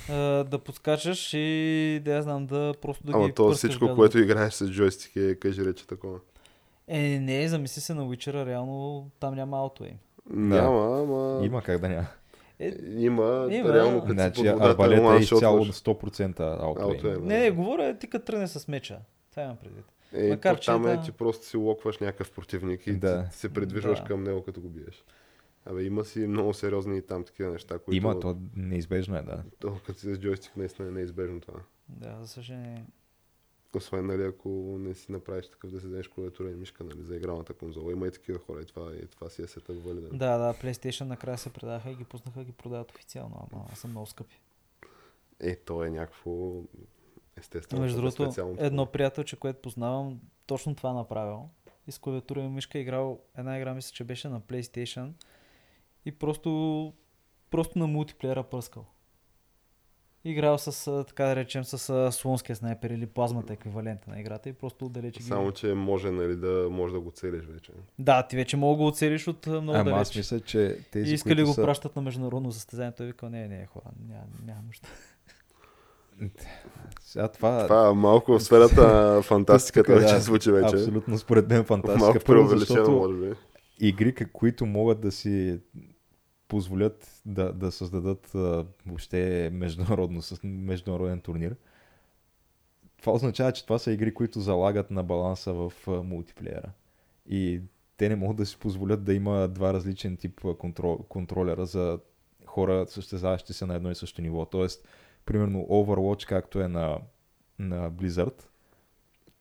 Speaker 1: а, да подскачаш и да я знам да просто да ги
Speaker 2: Ама то
Speaker 1: пръскаш
Speaker 2: всичко,
Speaker 1: гадно.
Speaker 2: което играеш с джойстик е, кажи рече такова.
Speaker 1: Е, не, замисли се на Witcher, реално там няма ауто им.
Speaker 2: Няма, ама...
Speaker 3: Има как да няма.
Speaker 1: Е,
Speaker 2: Има,
Speaker 1: Има.
Speaker 2: реално като си
Speaker 3: Значи
Speaker 2: под водата,
Speaker 3: арбалета е
Speaker 2: one-shotваш.
Speaker 3: изцяло 100% ауто.
Speaker 2: Auto-aim,
Speaker 3: aim.
Speaker 2: Е, да.
Speaker 1: не, не, говоря ти като тръгне с меча. Това имам предвид.
Speaker 2: Е,
Speaker 1: Макар,
Speaker 2: Макар,
Speaker 1: че
Speaker 2: там е,
Speaker 1: да.
Speaker 2: ти просто си локваш някакъв противник и
Speaker 3: Да.
Speaker 2: да. се придвижваш
Speaker 1: Да.
Speaker 2: към него, като го биеш. Абе, има си много сериозни и там такива неща, които...
Speaker 3: Има, то неизбежно е, да.
Speaker 2: то като си с джойстик, наистина е неизбежно това.
Speaker 1: Да, за съжаление.
Speaker 2: Освен, нали, ако не си направиш такъв да седеш клавиатура и мишка, нали, за игралната конзола. Има и такива хора, и това, и това си е сетъп валиден.
Speaker 1: Да, да, PlayStation накрая се предаха и ги пуснаха, ги продават официално, ама са много скъпи.
Speaker 2: Е, то е някакво... Естествено,
Speaker 1: Между
Speaker 2: това е
Speaker 1: другото,
Speaker 2: специално
Speaker 1: едно приятелче, което познавам, точно това е направил. И с клавиатура и мишка е играл една игра, мисля, че беше на PlayStation и просто, просто на мултиплеера пръскал. играл с, а, така да речем, с а, слонския снайпер или плазмата еквивалента на играта и просто отдалече ги...
Speaker 2: Само, че може, нали, да, може да го целиш вече.
Speaker 1: Да, ти вече мога да го оцелиш от а, много
Speaker 3: Ама
Speaker 1: далеч.
Speaker 3: аз мисля, че тези,
Speaker 1: и искали
Speaker 3: които
Speaker 1: го
Speaker 3: са...
Speaker 1: пращат на международно състезание, той е викал, не, не, хора, няма, няма нужда.
Speaker 3: Сега това...
Speaker 2: Това е малко в сферата на фантастиката
Speaker 3: тук,
Speaker 2: вече
Speaker 3: да,
Speaker 2: звучи вече.
Speaker 3: Абсолютно според мен
Speaker 2: Малко
Speaker 3: фантастика. Първо,
Speaker 2: преувеличено,
Speaker 3: защото
Speaker 2: може би.
Speaker 3: игри, к- които могат да си позволят да, да създадат а, въобще международно, с- международен турнир. Това означава, че това са игри, които залагат на баланса в а, мултиплеера. И те не могат да си позволят да има два различен тип а, контрол, контролера за хора, състезаващи се на едно и също ниво. Тоест, примерно Overwatch, както е на, на Blizzard,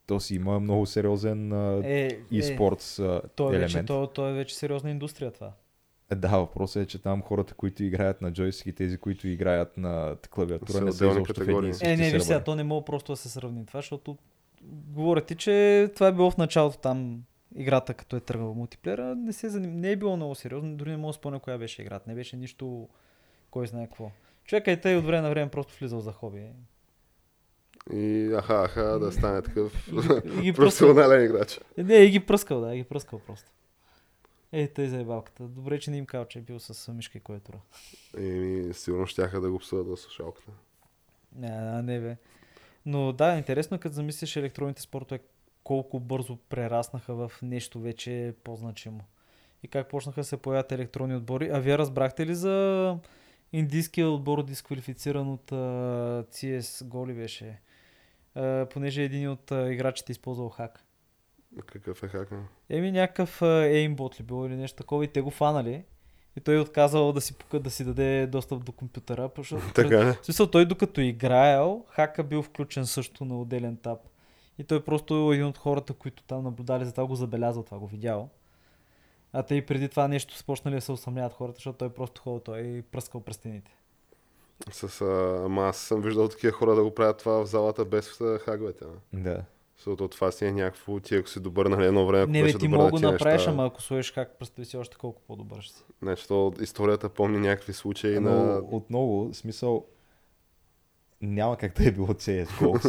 Speaker 3: то си има много сериозен а,
Speaker 1: Е,
Speaker 3: e-sports а,
Speaker 1: той, е
Speaker 3: елемент.
Speaker 1: вече, той, той е вече сериозна индустрия това.
Speaker 3: Да, въпросът е, че там хората, които играят на джойстик и тези, които играят на
Speaker 2: Са
Speaker 3: клавиатура, не са
Speaker 2: отделни
Speaker 3: изобщо в едни
Speaker 2: категории.
Speaker 3: и същи
Speaker 1: Е, не, виж сега,
Speaker 3: сървъри.
Speaker 1: то не мога просто да се сравни това, защото говоря ти, че това е било в началото там играта, като е тръгнала в мултиплеера, не, се заним... не е било много сериозно, дори не мога да спомня коя беше играта, не беше нищо, кой знае какво. Човека и тъй от време на време просто влизал за хоби.
Speaker 2: И аха, аха, да стане такъв
Speaker 1: И ги пръскал.
Speaker 2: професионален играч.
Speaker 1: Не, и ги пръскал, да, и ги пръскал просто. Е, тъй заебалката. Добре, че не им казал, че е бил с мишка и клавиатура.
Speaker 2: Еми, сигурно щяха да го псуват в слушалката.
Speaker 1: Не, не, Е, не бе. Но да, интересно е, като замислиш електронните спортове, колко бързо прераснаха в нещо вече по-значимо. И как почнаха да се появят електронни отбори. А вие разбрахте ли за индийския отбор, дисквалифициран от а, CSGO ли беше? А, понеже един от а, играчите използвал хак.
Speaker 2: Какъв е хака?
Speaker 1: Еми някакъв а, еймбот ли било или нещо такова и те го фанали. И той отказал да си, пука, да си даде достъп до компютъра, защото
Speaker 2: Така е.
Speaker 1: в смисъл, той докато играел, хака бил включен също на отделен тап. И той просто е един от хората, които там наблюдали, затова го забелязал, това го видял. А те и преди това нещо спочнали да се усъмняват хората, защото той просто ходил, той и пръскал през стените.
Speaker 2: С, а, ама аз съм виждал такива хора да го правят това в залата без а, хаговете. а.
Speaker 3: Да.
Speaker 2: Защото това си е някакво, ти ако си добър на едно време, ако
Speaker 1: не, бе,
Speaker 2: беше
Speaker 1: ти
Speaker 2: добър
Speaker 1: мога
Speaker 2: на
Speaker 1: го
Speaker 2: тия
Speaker 1: направиш,
Speaker 2: неща,
Speaker 1: ама ако слоеш хак, представи си още колко по-добър ще си.
Speaker 2: Значи, то историята помни някакви случаи
Speaker 3: Но
Speaker 2: на...
Speaker 3: отново, в смисъл, няма как да е било CSGO,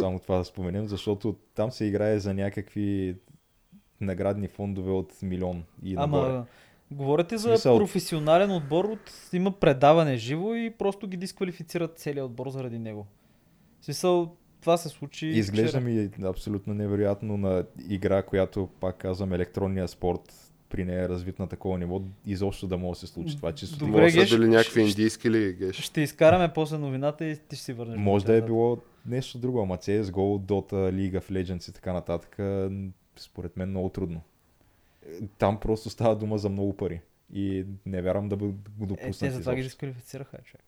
Speaker 3: само това да споменем, защото там се играе за някакви наградни фондове от милион и нагоре.
Speaker 1: Ама, говорите за
Speaker 3: Смисъл-
Speaker 1: професионален отбор, от... има предаване живо и просто ги дисквалифицират целият отбор заради него. В смисъл, това се случи
Speaker 3: Изглежда
Speaker 1: вчера.
Speaker 3: ми абсолютно невероятно на игра, която, пак казвам, електронния спорт при нея е развит на такова ниво, изобщо да може да се случи това. Чисто
Speaker 1: Добре,
Speaker 2: Може да
Speaker 1: Геш,
Speaker 2: са били някакви
Speaker 1: ще-
Speaker 2: индийски лиги, геш.
Speaker 1: Ще изкараме после новината и ти ще си върнеш.
Speaker 3: Може да е
Speaker 1: нататък.
Speaker 3: било нещо друго, ама CSGO, Dota, League of Legends и така нататък, а, според мен много трудно. Е, Там просто става дума за много пари. И не вярвам да бъ- го
Speaker 1: Е, те
Speaker 3: допуснат
Speaker 1: затова ги
Speaker 3: изобщо.
Speaker 1: дисквалифицираха, човек.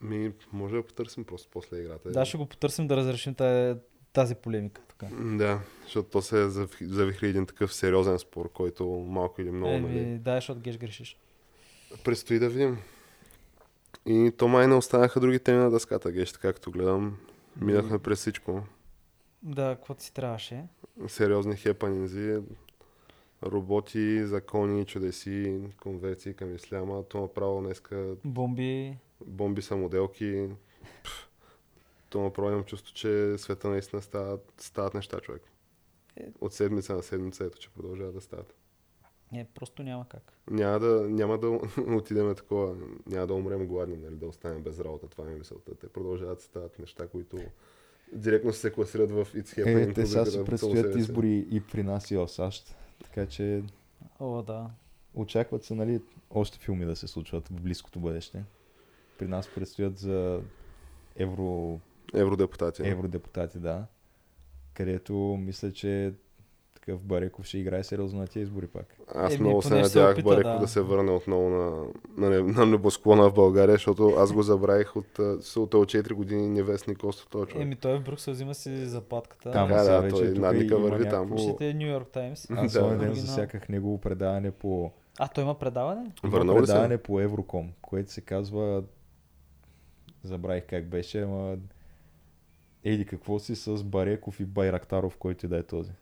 Speaker 2: Ми, може да потърсим просто после играта.
Speaker 1: Да, ще го потърсим да разрешим тази, тази полемика. Така.
Speaker 2: Да, защото то се е завих- завихри един такъв сериозен спор, който малко или много, нали,
Speaker 1: Еми, да, защото геш грешиш.
Speaker 2: Предстои да видим. И то май не останаха други теми на дъската, геш, така както гледам. Минахме през всичко.
Speaker 1: Да, каквото си трябваше.
Speaker 2: Сериозни хепанинзи, роботи, закони, чудеси, конверсии към исляма. То направо днеска
Speaker 1: Бомби.
Speaker 2: бомби самоделки. Пф, То направо имам чувство, че света наистина стават, стават неща, човек.
Speaker 1: Е.
Speaker 2: От седмица на седмица, ето, че продължава да стават.
Speaker 1: Не, просто няма как.
Speaker 2: Няма да, няма да отидем такова, няма да умрем гладни, нали, да останем без работа. Това ми е мисълта. Те продължават да стават неща, които директно ще се класират в It's Happening.
Speaker 3: Е, те сега
Speaker 2: rubrиката
Speaker 3: си
Speaker 2: само
Speaker 3: предстоят
Speaker 2: себе си.
Speaker 3: избори и при нас и в САЩ. Така че
Speaker 1: О, да.
Speaker 3: очакват се, нали, още филми да се случват в близкото бъдеще. При нас предстоят за евро
Speaker 2: Евродепутати. Евро...
Speaker 3: евродепутати, да. Където мисля, че такъв Бареков ще играе сериозно на тези избори пак.
Speaker 2: Аз
Speaker 1: Еми,
Speaker 2: много се
Speaker 1: поне ще се
Speaker 2: надявах
Speaker 1: опита,
Speaker 2: Бареков да.
Speaker 1: да.
Speaker 2: се върне отново на, на, не- на небосклона в България, защото аз го забравих от, а, с- от, от 4 години невестник Косто този човек.
Speaker 1: Еми, той в Брюксел взима си заплатката.
Speaker 3: Там
Speaker 2: да,
Speaker 3: сега
Speaker 2: той
Speaker 3: вече тук
Speaker 2: надника
Speaker 3: има
Speaker 2: върви там.
Speaker 3: някакво-
Speaker 1: Чете Нью Йорк Таймс.
Speaker 3: Аз
Speaker 2: Да.
Speaker 3: онзи ден
Speaker 1: Оригинал.
Speaker 3: засяках негово предаване по,
Speaker 1: А, той има предаване?
Speaker 2: Върнал ли се?
Speaker 3: предаване по Евроком, което се казва забравих как беше, ама Еди, какво си с Бареков и Байрактаров, който и да е този?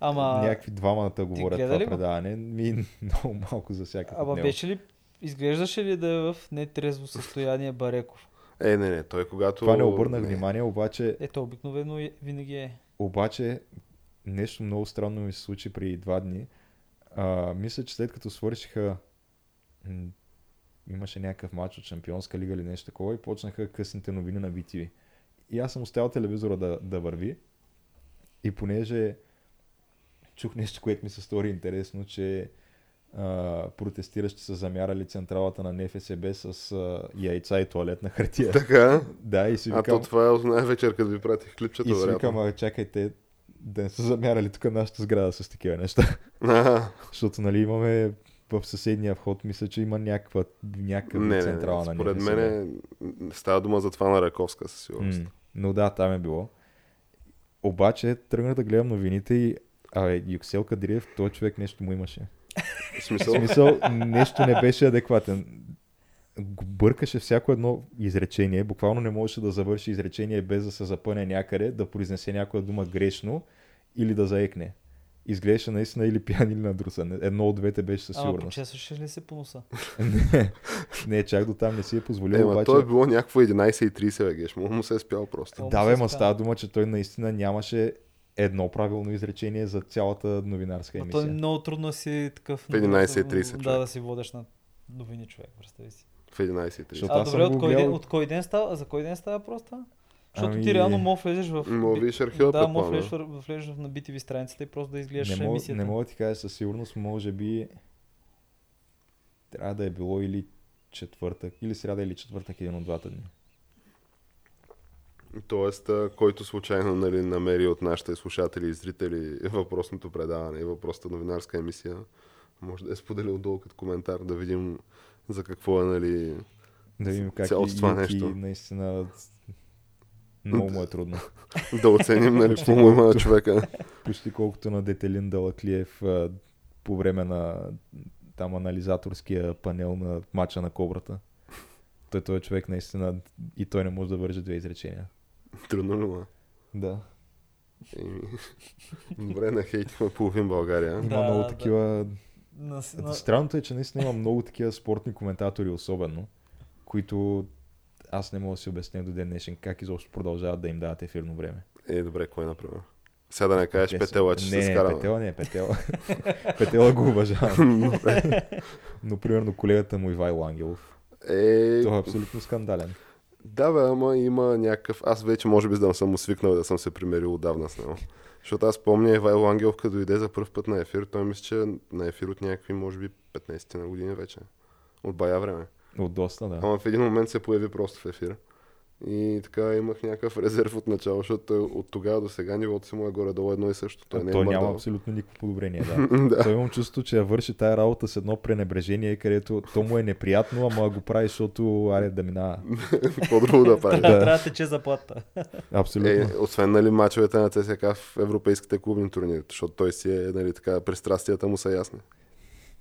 Speaker 1: Ама,
Speaker 3: Някакви двамата говорят
Speaker 1: гледа
Speaker 3: това
Speaker 1: ли го?
Speaker 3: предаване. Ми много малко засяках от
Speaker 1: ама
Speaker 3: него.
Speaker 1: беше ли, изглеждаше ли да е в нетрезво състояние Бареков?
Speaker 2: Е, не, не, той когато...
Speaker 3: Това не обърнах внимание, обаче,
Speaker 1: Ето, обикновено е- винаги е.
Speaker 3: обаче нещо много странно ми се случи при два дни. А, мисля, че след като свършиха м, имаше някакъв матч от Шампионска лига или нещо такова и почнаха късните новини на BTV. И аз съм оставил телевизора да, да върви и понеже чух нещо, което ми се стори интересно, че а, протестиращи са замярали централата на НФСБ с а, яйца и туалетна хартия.
Speaker 2: Така,
Speaker 3: да, и си
Speaker 2: а
Speaker 3: викам,
Speaker 2: то това е от най-вечер, като ви пратих клипчето,
Speaker 3: и си викам,
Speaker 2: вероятно.
Speaker 3: а, чакайте, да не са замярали тук нашата сграда с такива неща.
Speaker 2: А,
Speaker 3: Защото, нали, имаме в съседния вход, мисля, че има някаква, някаква
Speaker 2: не, не,
Speaker 3: централа
Speaker 2: не,
Speaker 3: на
Speaker 2: според
Speaker 3: НФСБ.
Speaker 2: мен е, става дума за това на Раковска със сигурност.
Speaker 3: М, Но да, там е било. Обаче тръгнах да гледам новините и Абе, Юксел Кадриев, той човек нещо му имаше.
Speaker 2: В
Speaker 3: В
Speaker 2: смисъл,
Speaker 3: смисъл, нещо не беше адекватен. Г- Бъркаше всяко едно изречение, буквално не можеше да завърши изречение без да се запъне някъде, да произнесе някоя дума грешно или да заекне. Изглеждаше наистина или пиян, или надрусан. Едно от двете беше със
Speaker 1: Ама
Speaker 3: сигурност.
Speaker 1: почесваше ли се по носа?
Speaker 3: не, не, чак до там не си е
Speaker 2: е,
Speaker 3: позволил,
Speaker 2: ма,
Speaker 3: обаче...
Speaker 2: то е било някакво 11.30, бе, геш, му, му се е спял просто.
Speaker 1: О.
Speaker 3: Да,
Speaker 1: му
Speaker 3: бе,
Speaker 1: се
Speaker 3: ма
Speaker 1: спя.
Speaker 3: става дума, че той наистина нямаше едно правилно изречение за цялата новинарска
Speaker 1: А той е
Speaker 3: емисия.
Speaker 1: много трудно да си такъв...
Speaker 2: В 11.30
Speaker 1: Да,
Speaker 2: човек.
Speaker 1: да си водеш на новини човек, представи си.
Speaker 2: В 11.30.
Speaker 3: Защото
Speaker 1: А,
Speaker 3: аз
Speaker 1: добре,
Speaker 3: съм го
Speaker 1: от кой,
Speaker 3: гледал.
Speaker 1: ден, от кой ден става? За кой ден става просто? Защото
Speaker 3: Ами-
Speaker 1: ти реално мога влезеш в...
Speaker 2: Мога
Speaker 1: би-
Speaker 2: видиш архива,
Speaker 1: Да, мога
Speaker 2: предполагам,
Speaker 1: влезеш, в- влезеш в- на BTV страницата и просто да изгледаш
Speaker 3: Не мога,
Speaker 1: емисията.
Speaker 3: не мога да ти кажа със сигурност, може би трябва да е било или четвъртък, или сряда, или четвъртък, един от двата дни.
Speaker 2: Тоест, а, който случайно нали, намери от нашите слушатели и зрители въпросното предаване и въпросната новинарска емисия, може да е споделил долу като коментар, да видим за какво е, нали...
Speaker 3: Да видим как
Speaker 2: Цялост
Speaker 3: и,
Speaker 2: това
Speaker 3: Юки
Speaker 2: нещо.
Speaker 3: наистина много му е трудно.
Speaker 2: да оценим, нали, какво му има на човека.
Speaker 3: Почти колкото на Детелин Далаклиев а, по време на там анализаторския панел на мача на Кобрата. Той, той е човек наистина и той не може да вържи две изречения.
Speaker 2: Трудно ли му е?
Speaker 3: Да.
Speaker 2: Еми, Добре, не хейтихме половин България.
Speaker 3: Има
Speaker 1: Да,
Speaker 3: много
Speaker 1: да.
Speaker 3: такива.
Speaker 1: На,
Speaker 3: Да.
Speaker 1: на...
Speaker 3: Странното е, че наистина има много такива спортни коментатори, особено, които аз не мога да си обясня до ден днешен как изобщо продължават да им дават ефирно време.
Speaker 2: Е, добре, кой направи? Сега да не кажеш
Speaker 3: Те са-
Speaker 2: петела, че
Speaker 3: не,
Speaker 2: се
Speaker 3: Не,
Speaker 2: скараме.
Speaker 3: петела не е петела. петела го уважавам. Но примерно колегата му Ивайло Ангелов.
Speaker 2: Е,
Speaker 3: Той е абсолютно скандален.
Speaker 2: да бе, ама има някакъв... Аз вече може би да не съм му свикнал и да съм се примерил отдавна с него. Защото аз помня Ивайло Ангелов, като дойде за първ път на ефир, той мисля, че е на ефир от някакви, може би, 15 на години вече. От бая време.
Speaker 3: От доста, да.
Speaker 2: Ама в един момент се появи просто в ефир. И така имах някакъв резерв от начало, защото той от тогава до сега нивото си му е горе-долу едно и също. Той,
Speaker 3: Той,
Speaker 2: не е
Speaker 3: той няма
Speaker 2: мърдал.
Speaker 3: абсолютно никакво подобрение. Да.
Speaker 2: да.
Speaker 3: Той имам чувство, че я върши тая работа с едно пренебрежение, където то му е неприятно, ама го прави, защото аре да минава.
Speaker 2: Какво друго да прави?
Speaker 3: Да.
Speaker 1: Да. Трябва да тече заплата.
Speaker 3: Абсолютно.
Speaker 2: Е, освен нали, мачовете на ЦСК в европейските клубни турнири, защото той си е, нали, така, пристрастията му са ясни.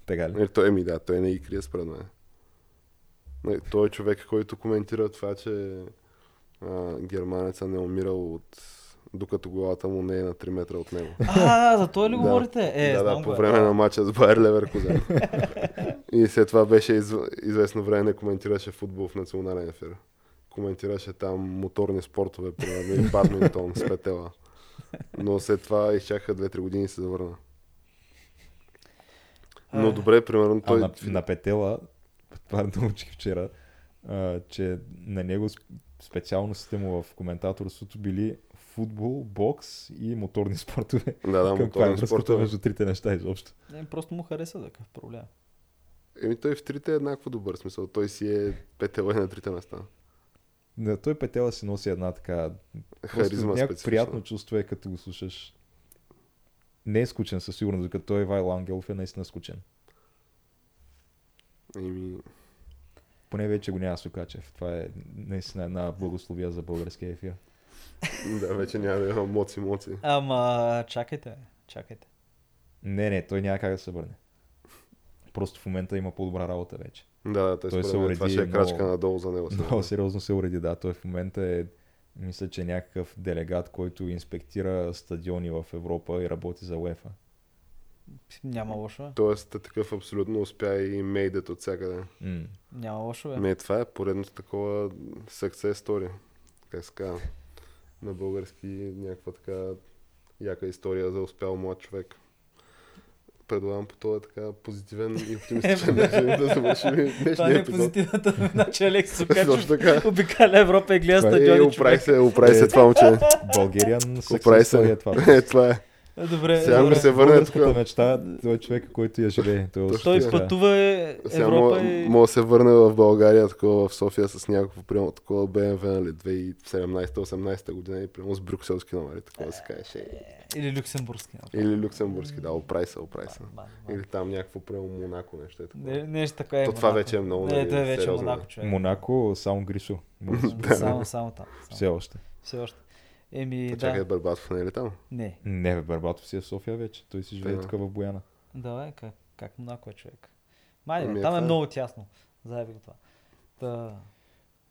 Speaker 3: Така ли?
Speaker 2: Нали, той ми, да, той не и крие според мен. Нали, той е човек, който коментира това, че а, германеца не е умирал от докато главата му не е на 3 метра от него.
Speaker 1: А, за той ли
Speaker 2: Да.
Speaker 1: говорите? Е,
Speaker 2: да,
Speaker 1: знам
Speaker 2: да,
Speaker 1: го,
Speaker 2: по
Speaker 1: е.
Speaker 2: време на матча с Байер Леверкузен. и след това беше из, известно време коментираше футбол в национален ефир. Коментираше там моторни спортове, примерно, и бадминтон с петела. Но след това изчака 2-3 години и се завърна. Но добре, примерно
Speaker 3: А
Speaker 2: той...
Speaker 3: на, на петела, това да научих вчера, а, че на него сп- специалностите му в коментаторството били футбол, бокс и моторни спортове.
Speaker 2: Да, да,
Speaker 3: Каква е
Speaker 2: моторни
Speaker 3: връзката
Speaker 2: спортове.
Speaker 3: между трите неща изобщо?
Speaker 1: Е, просто му хареса такъв проблем.
Speaker 2: Еми той в трите е еднакво добър смисъл. Той си е петела и на трите места.
Speaker 3: На той петела си носи една така... Просто
Speaker 2: Харизма
Speaker 3: някакво
Speaker 2: специфична.
Speaker 3: приятно чувство е като го слушаш. Не е скучен със сигурност, докато той Вайл Ангелов е наистина скучен.
Speaker 2: Еми,
Speaker 3: Поне вече го няма Сукачев. Това е наистина една благословия за българския ефир.
Speaker 2: да, вече няма да има моци-моци.
Speaker 1: Ама, чакайте, бе, чакайте.
Speaker 3: Не, не, той няма как да се върне. Просто в момента има по-добра работа вече.
Speaker 2: Да, да, той,
Speaker 3: Той
Speaker 2: той
Speaker 3: се
Speaker 2: според мен това
Speaker 3: уреди
Speaker 2: ще е крачка
Speaker 3: много-
Speaker 2: надолу за него. сега.
Speaker 3: Много сериозно се уреди, да. Той в момента е, мисля, че някакъв делегат, който инспектира стадиони в Европа и работи за УЕФА.
Speaker 1: Няма лошо. е.
Speaker 2: Тоест, такъв абсолютно успя и мейдът от всякъде.
Speaker 3: М.
Speaker 1: Няма лошо. Е.
Speaker 2: Ме, това е поредното такова success story. Как се казва? На български някаква така яка история за успял млад човек. Предлагам по този така позитивен и оптимистичен начин да завършим
Speaker 1: Това не
Speaker 2: днешния
Speaker 1: е
Speaker 2: епизод.
Speaker 1: позитивната новина, че Алекс
Speaker 2: Точно
Speaker 1: Сукачев
Speaker 2: така.
Speaker 1: обикаля Европа и гледа
Speaker 3: Това е
Speaker 1: стадиони
Speaker 2: Е,
Speaker 1: човек.
Speaker 2: оправи
Speaker 1: Е.
Speaker 2: се, оправи се това момче.
Speaker 3: Българиан
Speaker 2: Оправи
Speaker 3: съксесто е
Speaker 2: се.
Speaker 3: това.
Speaker 2: Е, това е.
Speaker 1: Е, Добре,
Speaker 2: Сега ми
Speaker 1: добре.
Speaker 2: се върне
Speaker 3: Българската
Speaker 2: така.
Speaker 3: мечта, той е човек, който я живее. Той, е
Speaker 2: Точно
Speaker 1: Той
Speaker 2: Сега.
Speaker 3: успеха.
Speaker 1: пътува е,
Speaker 2: Сега
Speaker 1: Европа и...
Speaker 2: мога да се върне в България, такова в София с някакво, примерно, такова BMW, нали, 2017-18 година и примерно с брюкселски номери, такова да се каже. Е,
Speaker 1: Или люксембургски.
Speaker 2: Или люксембургски, да, оправи се, оправи се.
Speaker 1: Ба- ба-
Speaker 2: Или там някакво, примерно, Монако нещо е такова.
Speaker 1: Не, нещо така е.
Speaker 2: То това
Speaker 1: Монако.
Speaker 2: вече е много,
Speaker 1: Не,
Speaker 2: нали,
Speaker 1: той вече е
Speaker 2: сериозно,
Speaker 1: Монако
Speaker 2: нали?
Speaker 1: човек.
Speaker 3: Монако, само Гришо. Мисля,
Speaker 1: Само, само там. Само.
Speaker 3: Все още.
Speaker 1: Все още. Еми,
Speaker 2: Та
Speaker 1: да.
Speaker 2: Чакай, Барбатов не е ли там?
Speaker 1: Не.
Speaker 3: Не, бе, Барбатов си е в София вече. Той си живее
Speaker 2: Да.
Speaker 3: тук в Бояна.
Speaker 1: Давай, как, как Монако е човек. Май,
Speaker 2: Ами
Speaker 1: бе,
Speaker 2: е
Speaker 1: там е
Speaker 2: това.
Speaker 1: много тясно. Заеби го това. Та,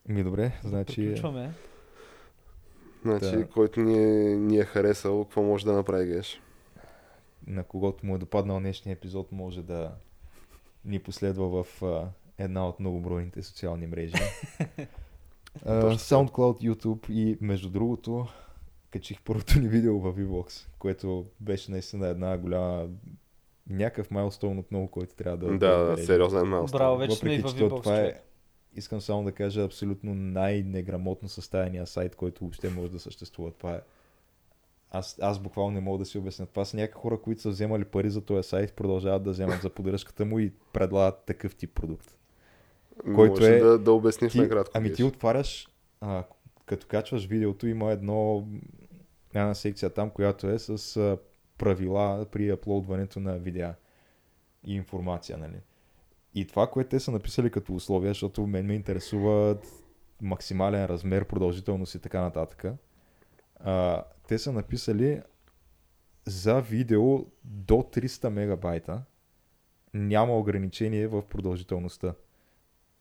Speaker 3: Ми добре, значи...
Speaker 1: приключваме.
Speaker 2: Значи,
Speaker 3: Да.
Speaker 2: който ни е, ни е харесал, какво може да направи Геш?
Speaker 3: на когото му е допаднал днешния епизод, може да ни последва в а, една от многобройните социални мрежи. а,
Speaker 2: Точно.
Speaker 3: SoundCloud, YouTube и между другото, качих първото ни видео в VBOX, което беше наистина една голяма някакъв майлстоун отново, който трябва да...
Speaker 2: Да, да,
Speaker 3: отбележим.
Speaker 2: сериозен малстон.
Speaker 1: Браво, вече сме и
Speaker 3: Въпреки,
Speaker 1: във
Speaker 3: че то
Speaker 1: Вибокс
Speaker 3: това е,
Speaker 1: човек.
Speaker 3: искам само да кажа, абсолютно най-неграмотно съставения сайт, който въобще може да съществува. Това е... Аз, аз буквално не мога да си обясня. Това са някакви хора, които са вземали пари за този сайт, продължават да вземат за поддръжката му и предлагат такъв тип продукт. който
Speaker 2: Можеш ли
Speaker 3: е-
Speaker 2: да, да обясниш
Speaker 3: Ти,
Speaker 2: накратко.
Speaker 3: ами
Speaker 2: Геш?
Speaker 3: ти отваряш, а, като качваш видеото, има едно, една секция там, която е с а, правила при аплоудването на видеа и информация, нали? И това, което те са написали като условия, защото мен ме интересуват максимален размер, продължителност и така нататък. А, те са написали за видео до 300 мегабайта няма ограничение в продължителността.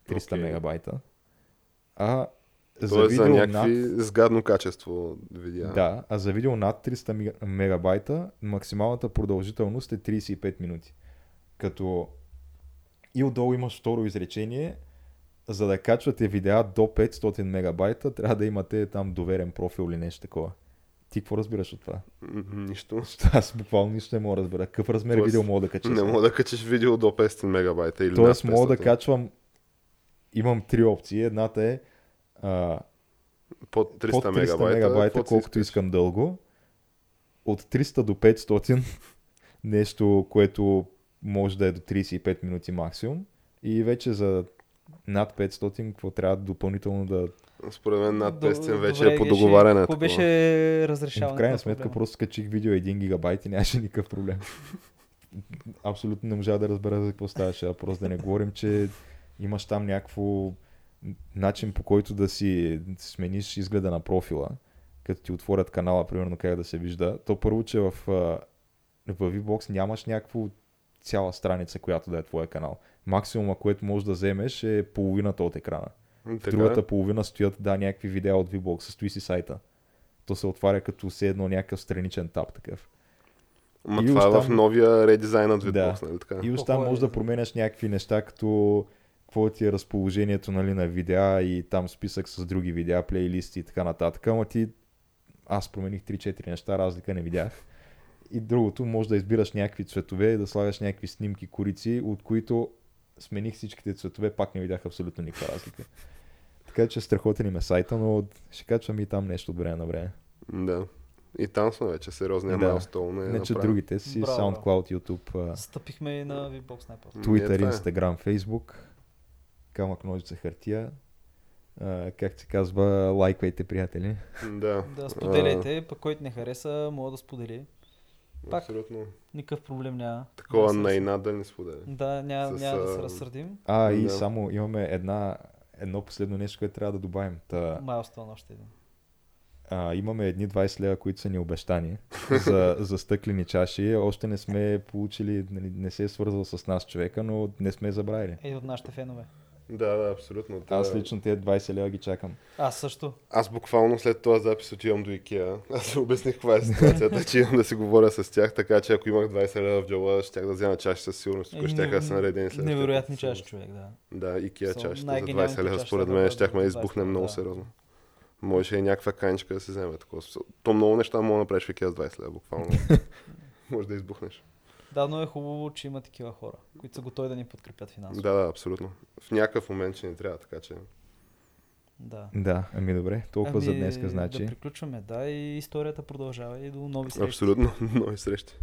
Speaker 3: 300
Speaker 2: Окей.
Speaker 3: мегабайта. А за
Speaker 2: Тоест е за
Speaker 3: видео
Speaker 2: някакви
Speaker 3: над...
Speaker 2: сгадно качество видеа.
Speaker 3: Да, а за видео над 300 мега- мегабайта максималната продължителност е 35 минути. Като и отдолу имаш второ изречение, за да качвате видеа до 500 мегабайта, трябва да имате там доверен профил или нещо такова. Ти какво разбираш от това?
Speaker 2: М, Нищо.
Speaker 3: Аз буквално нищо не мога да разбера. Какъв размер
Speaker 2: Тоест,
Speaker 3: видео мога да кача?
Speaker 2: Не мога да качиш видео до 500 мегабайта или
Speaker 3: Тоест,
Speaker 2: над
Speaker 3: мога да
Speaker 2: 500.
Speaker 3: качвам. Имам три опции. Едната е а,
Speaker 2: под 300,
Speaker 3: под 300 мегабайта,
Speaker 2: каквото си
Speaker 3: колкото искам дълго. От 300 до 500 нещо, което може да е до 35 минути максимум. И вече за над 500, какво трябва допълнително да...
Speaker 2: Според мен над
Speaker 1: До-
Speaker 2: 500 вече
Speaker 1: добре,
Speaker 2: е по
Speaker 1: Геше,
Speaker 2: договаряне.
Speaker 1: Какво
Speaker 2: такова.
Speaker 1: беше
Speaker 3: Е,
Speaker 1: разрешаване?
Speaker 3: Ами, в крайна сметка просто качих видео 1 гигабайт и нямаше никакъв проблем. Абсолютно не можа да разбера за какво ставаше въпрос. Да не говорим, че имаш там някакво начин по който да си смениш изгледа на профила, като ти отворят канала, примерно как да се вижда. То първо, че в, а, в VBOX нямаш някакво цяла страница, която да е твоя канал. Максимума, което можеш да вземеш е половината от екрана.
Speaker 2: М,
Speaker 3: В
Speaker 2: Така,
Speaker 3: другата половина стоят, да, някакви видеа от VBOX, състои си сайта. То се отваря като все едно някакъв страничен таб такъв.
Speaker 2: Ма
Speaker 3: и
Speaker 2: това е в
Speaker 3: оставам-
Speaker 2: новия редизайн на
Speaker 3: Да.
Speaker 2: Vitbox, нали така?
Speaker 3: И
Speaker 1: Какво
Speaker 3: още
Speaker 1: е?
Speaker 3: можеш да променяш някакви неща, като какво ти е разположението нали, на видеа и там списък с други видеа, плейлисти и така нататък. Ама ти, аз промених 3-4 неща, разлика не видях. И другото, може да избираш някакви цветове и да слагаш някакви снимки, корици, от които смених всичките цветове, пак не видях абсолютно никаква разлика. Така че страхотен им е сайта, но ще качвам и там нещо от време на време.
Speaker 2: Да. И там сме вече, сериозния
Speaker 3: Да.
Speaker 2: да. майлстоун е
Speaker 3: Иначе
Speaker 2: направен.
Speaker 3: другите си
Speaker 1: Браво.
Speaker 3: SoundCloud, YouTube, а,
Speaker 1: Стъпихме и на Вибокс най-после.
Speaker 2: М, е,
Speaker 3: Twitter,
Speaker 2: това е.
Speaker 3: Instagram, Facebook, камък, ножица, хартия. А, как се казва, лайквайте, приятели.
Speaker 2: Да.
Speaker 1: Да, споделяйте, пък който не хареса, мога да сподели.
Speaker 2: А,
Speaker 1: Пак.
Speaker 2: Абсолютно.
Speaker 1: Никакъв проблем няма. Няма да
Speaker 2: Такова
Speaker 1: се-
Speaker 2: най да не споделя.
Speaker 1: Да, няма,
Speaker 2: с,
Speaker 1: няма да се
Speaker 2: а,
Speaker 1: разсърдим.
Speaker 3: А, и
Speaker 2: Да.
Speaker 3: само имаме една, едно последно нещо, което трябва да добавим. Та,
Speaker 1: Майлстон още един.
Speaker 3: а, имаме едни 20 лева, които са ни обещани за, за стъклени чаши. Още не сме получили, нали, не се е свързал с нас човека, но не сме забравили.
Speaker 1: Е, от нашите фенове.
Speaker 2: Да, да, абсолютно. Да.
Speaker 3: Аз лично тези 20 лева ги чакам.
Speaker 1: Аз също.
Speaker 2: Аз буквално след това запис отивам до Икеа. Аз се обясних каква е ситуацията, че имам да си говоря с тях, така че ако имах 20 лева в джоба, щях да взема чаши със сигурност, които щяха да са наредени след това.
Speaker 1: Е, Невероятни чаши, човек, да.
Speaker 2: Да, Икеа
Speaker 1: Са
Speaker 2: чашата за
Speaker 1: най-гениалните
Speaker 2: 20 лева,
Speaker 1: чаши,
Speaker 2: според
Speaker 1: да,
Speaker 2: мен
Speaker 1: да,
Speaker 2: щяхме
Speaker 1: да,
Speaker 2: да
Speaker 1: да.
Speaker 2: избухнем много сериозно. Можеше и някаква канчка да се вземе такова. То много неща мога да направиш в Икеа с 20 лева, буквално. Може да избухнеш.
Speaker 1: Да, но е хубаво, че има такива хора, които са готови да ни подкрепят финансово.
Speaker 2: Да, да, абсолютно. В някакъв момент ще ни трябва, така че.
Speaker 1: да.
Speaker 3: Да, ами добре, толкова за днеска, значи.
Speaker 1: Да приключваме, да, и историята продължава и до нови срещи.
Speaker 2: Абсолютно. Нови срещи.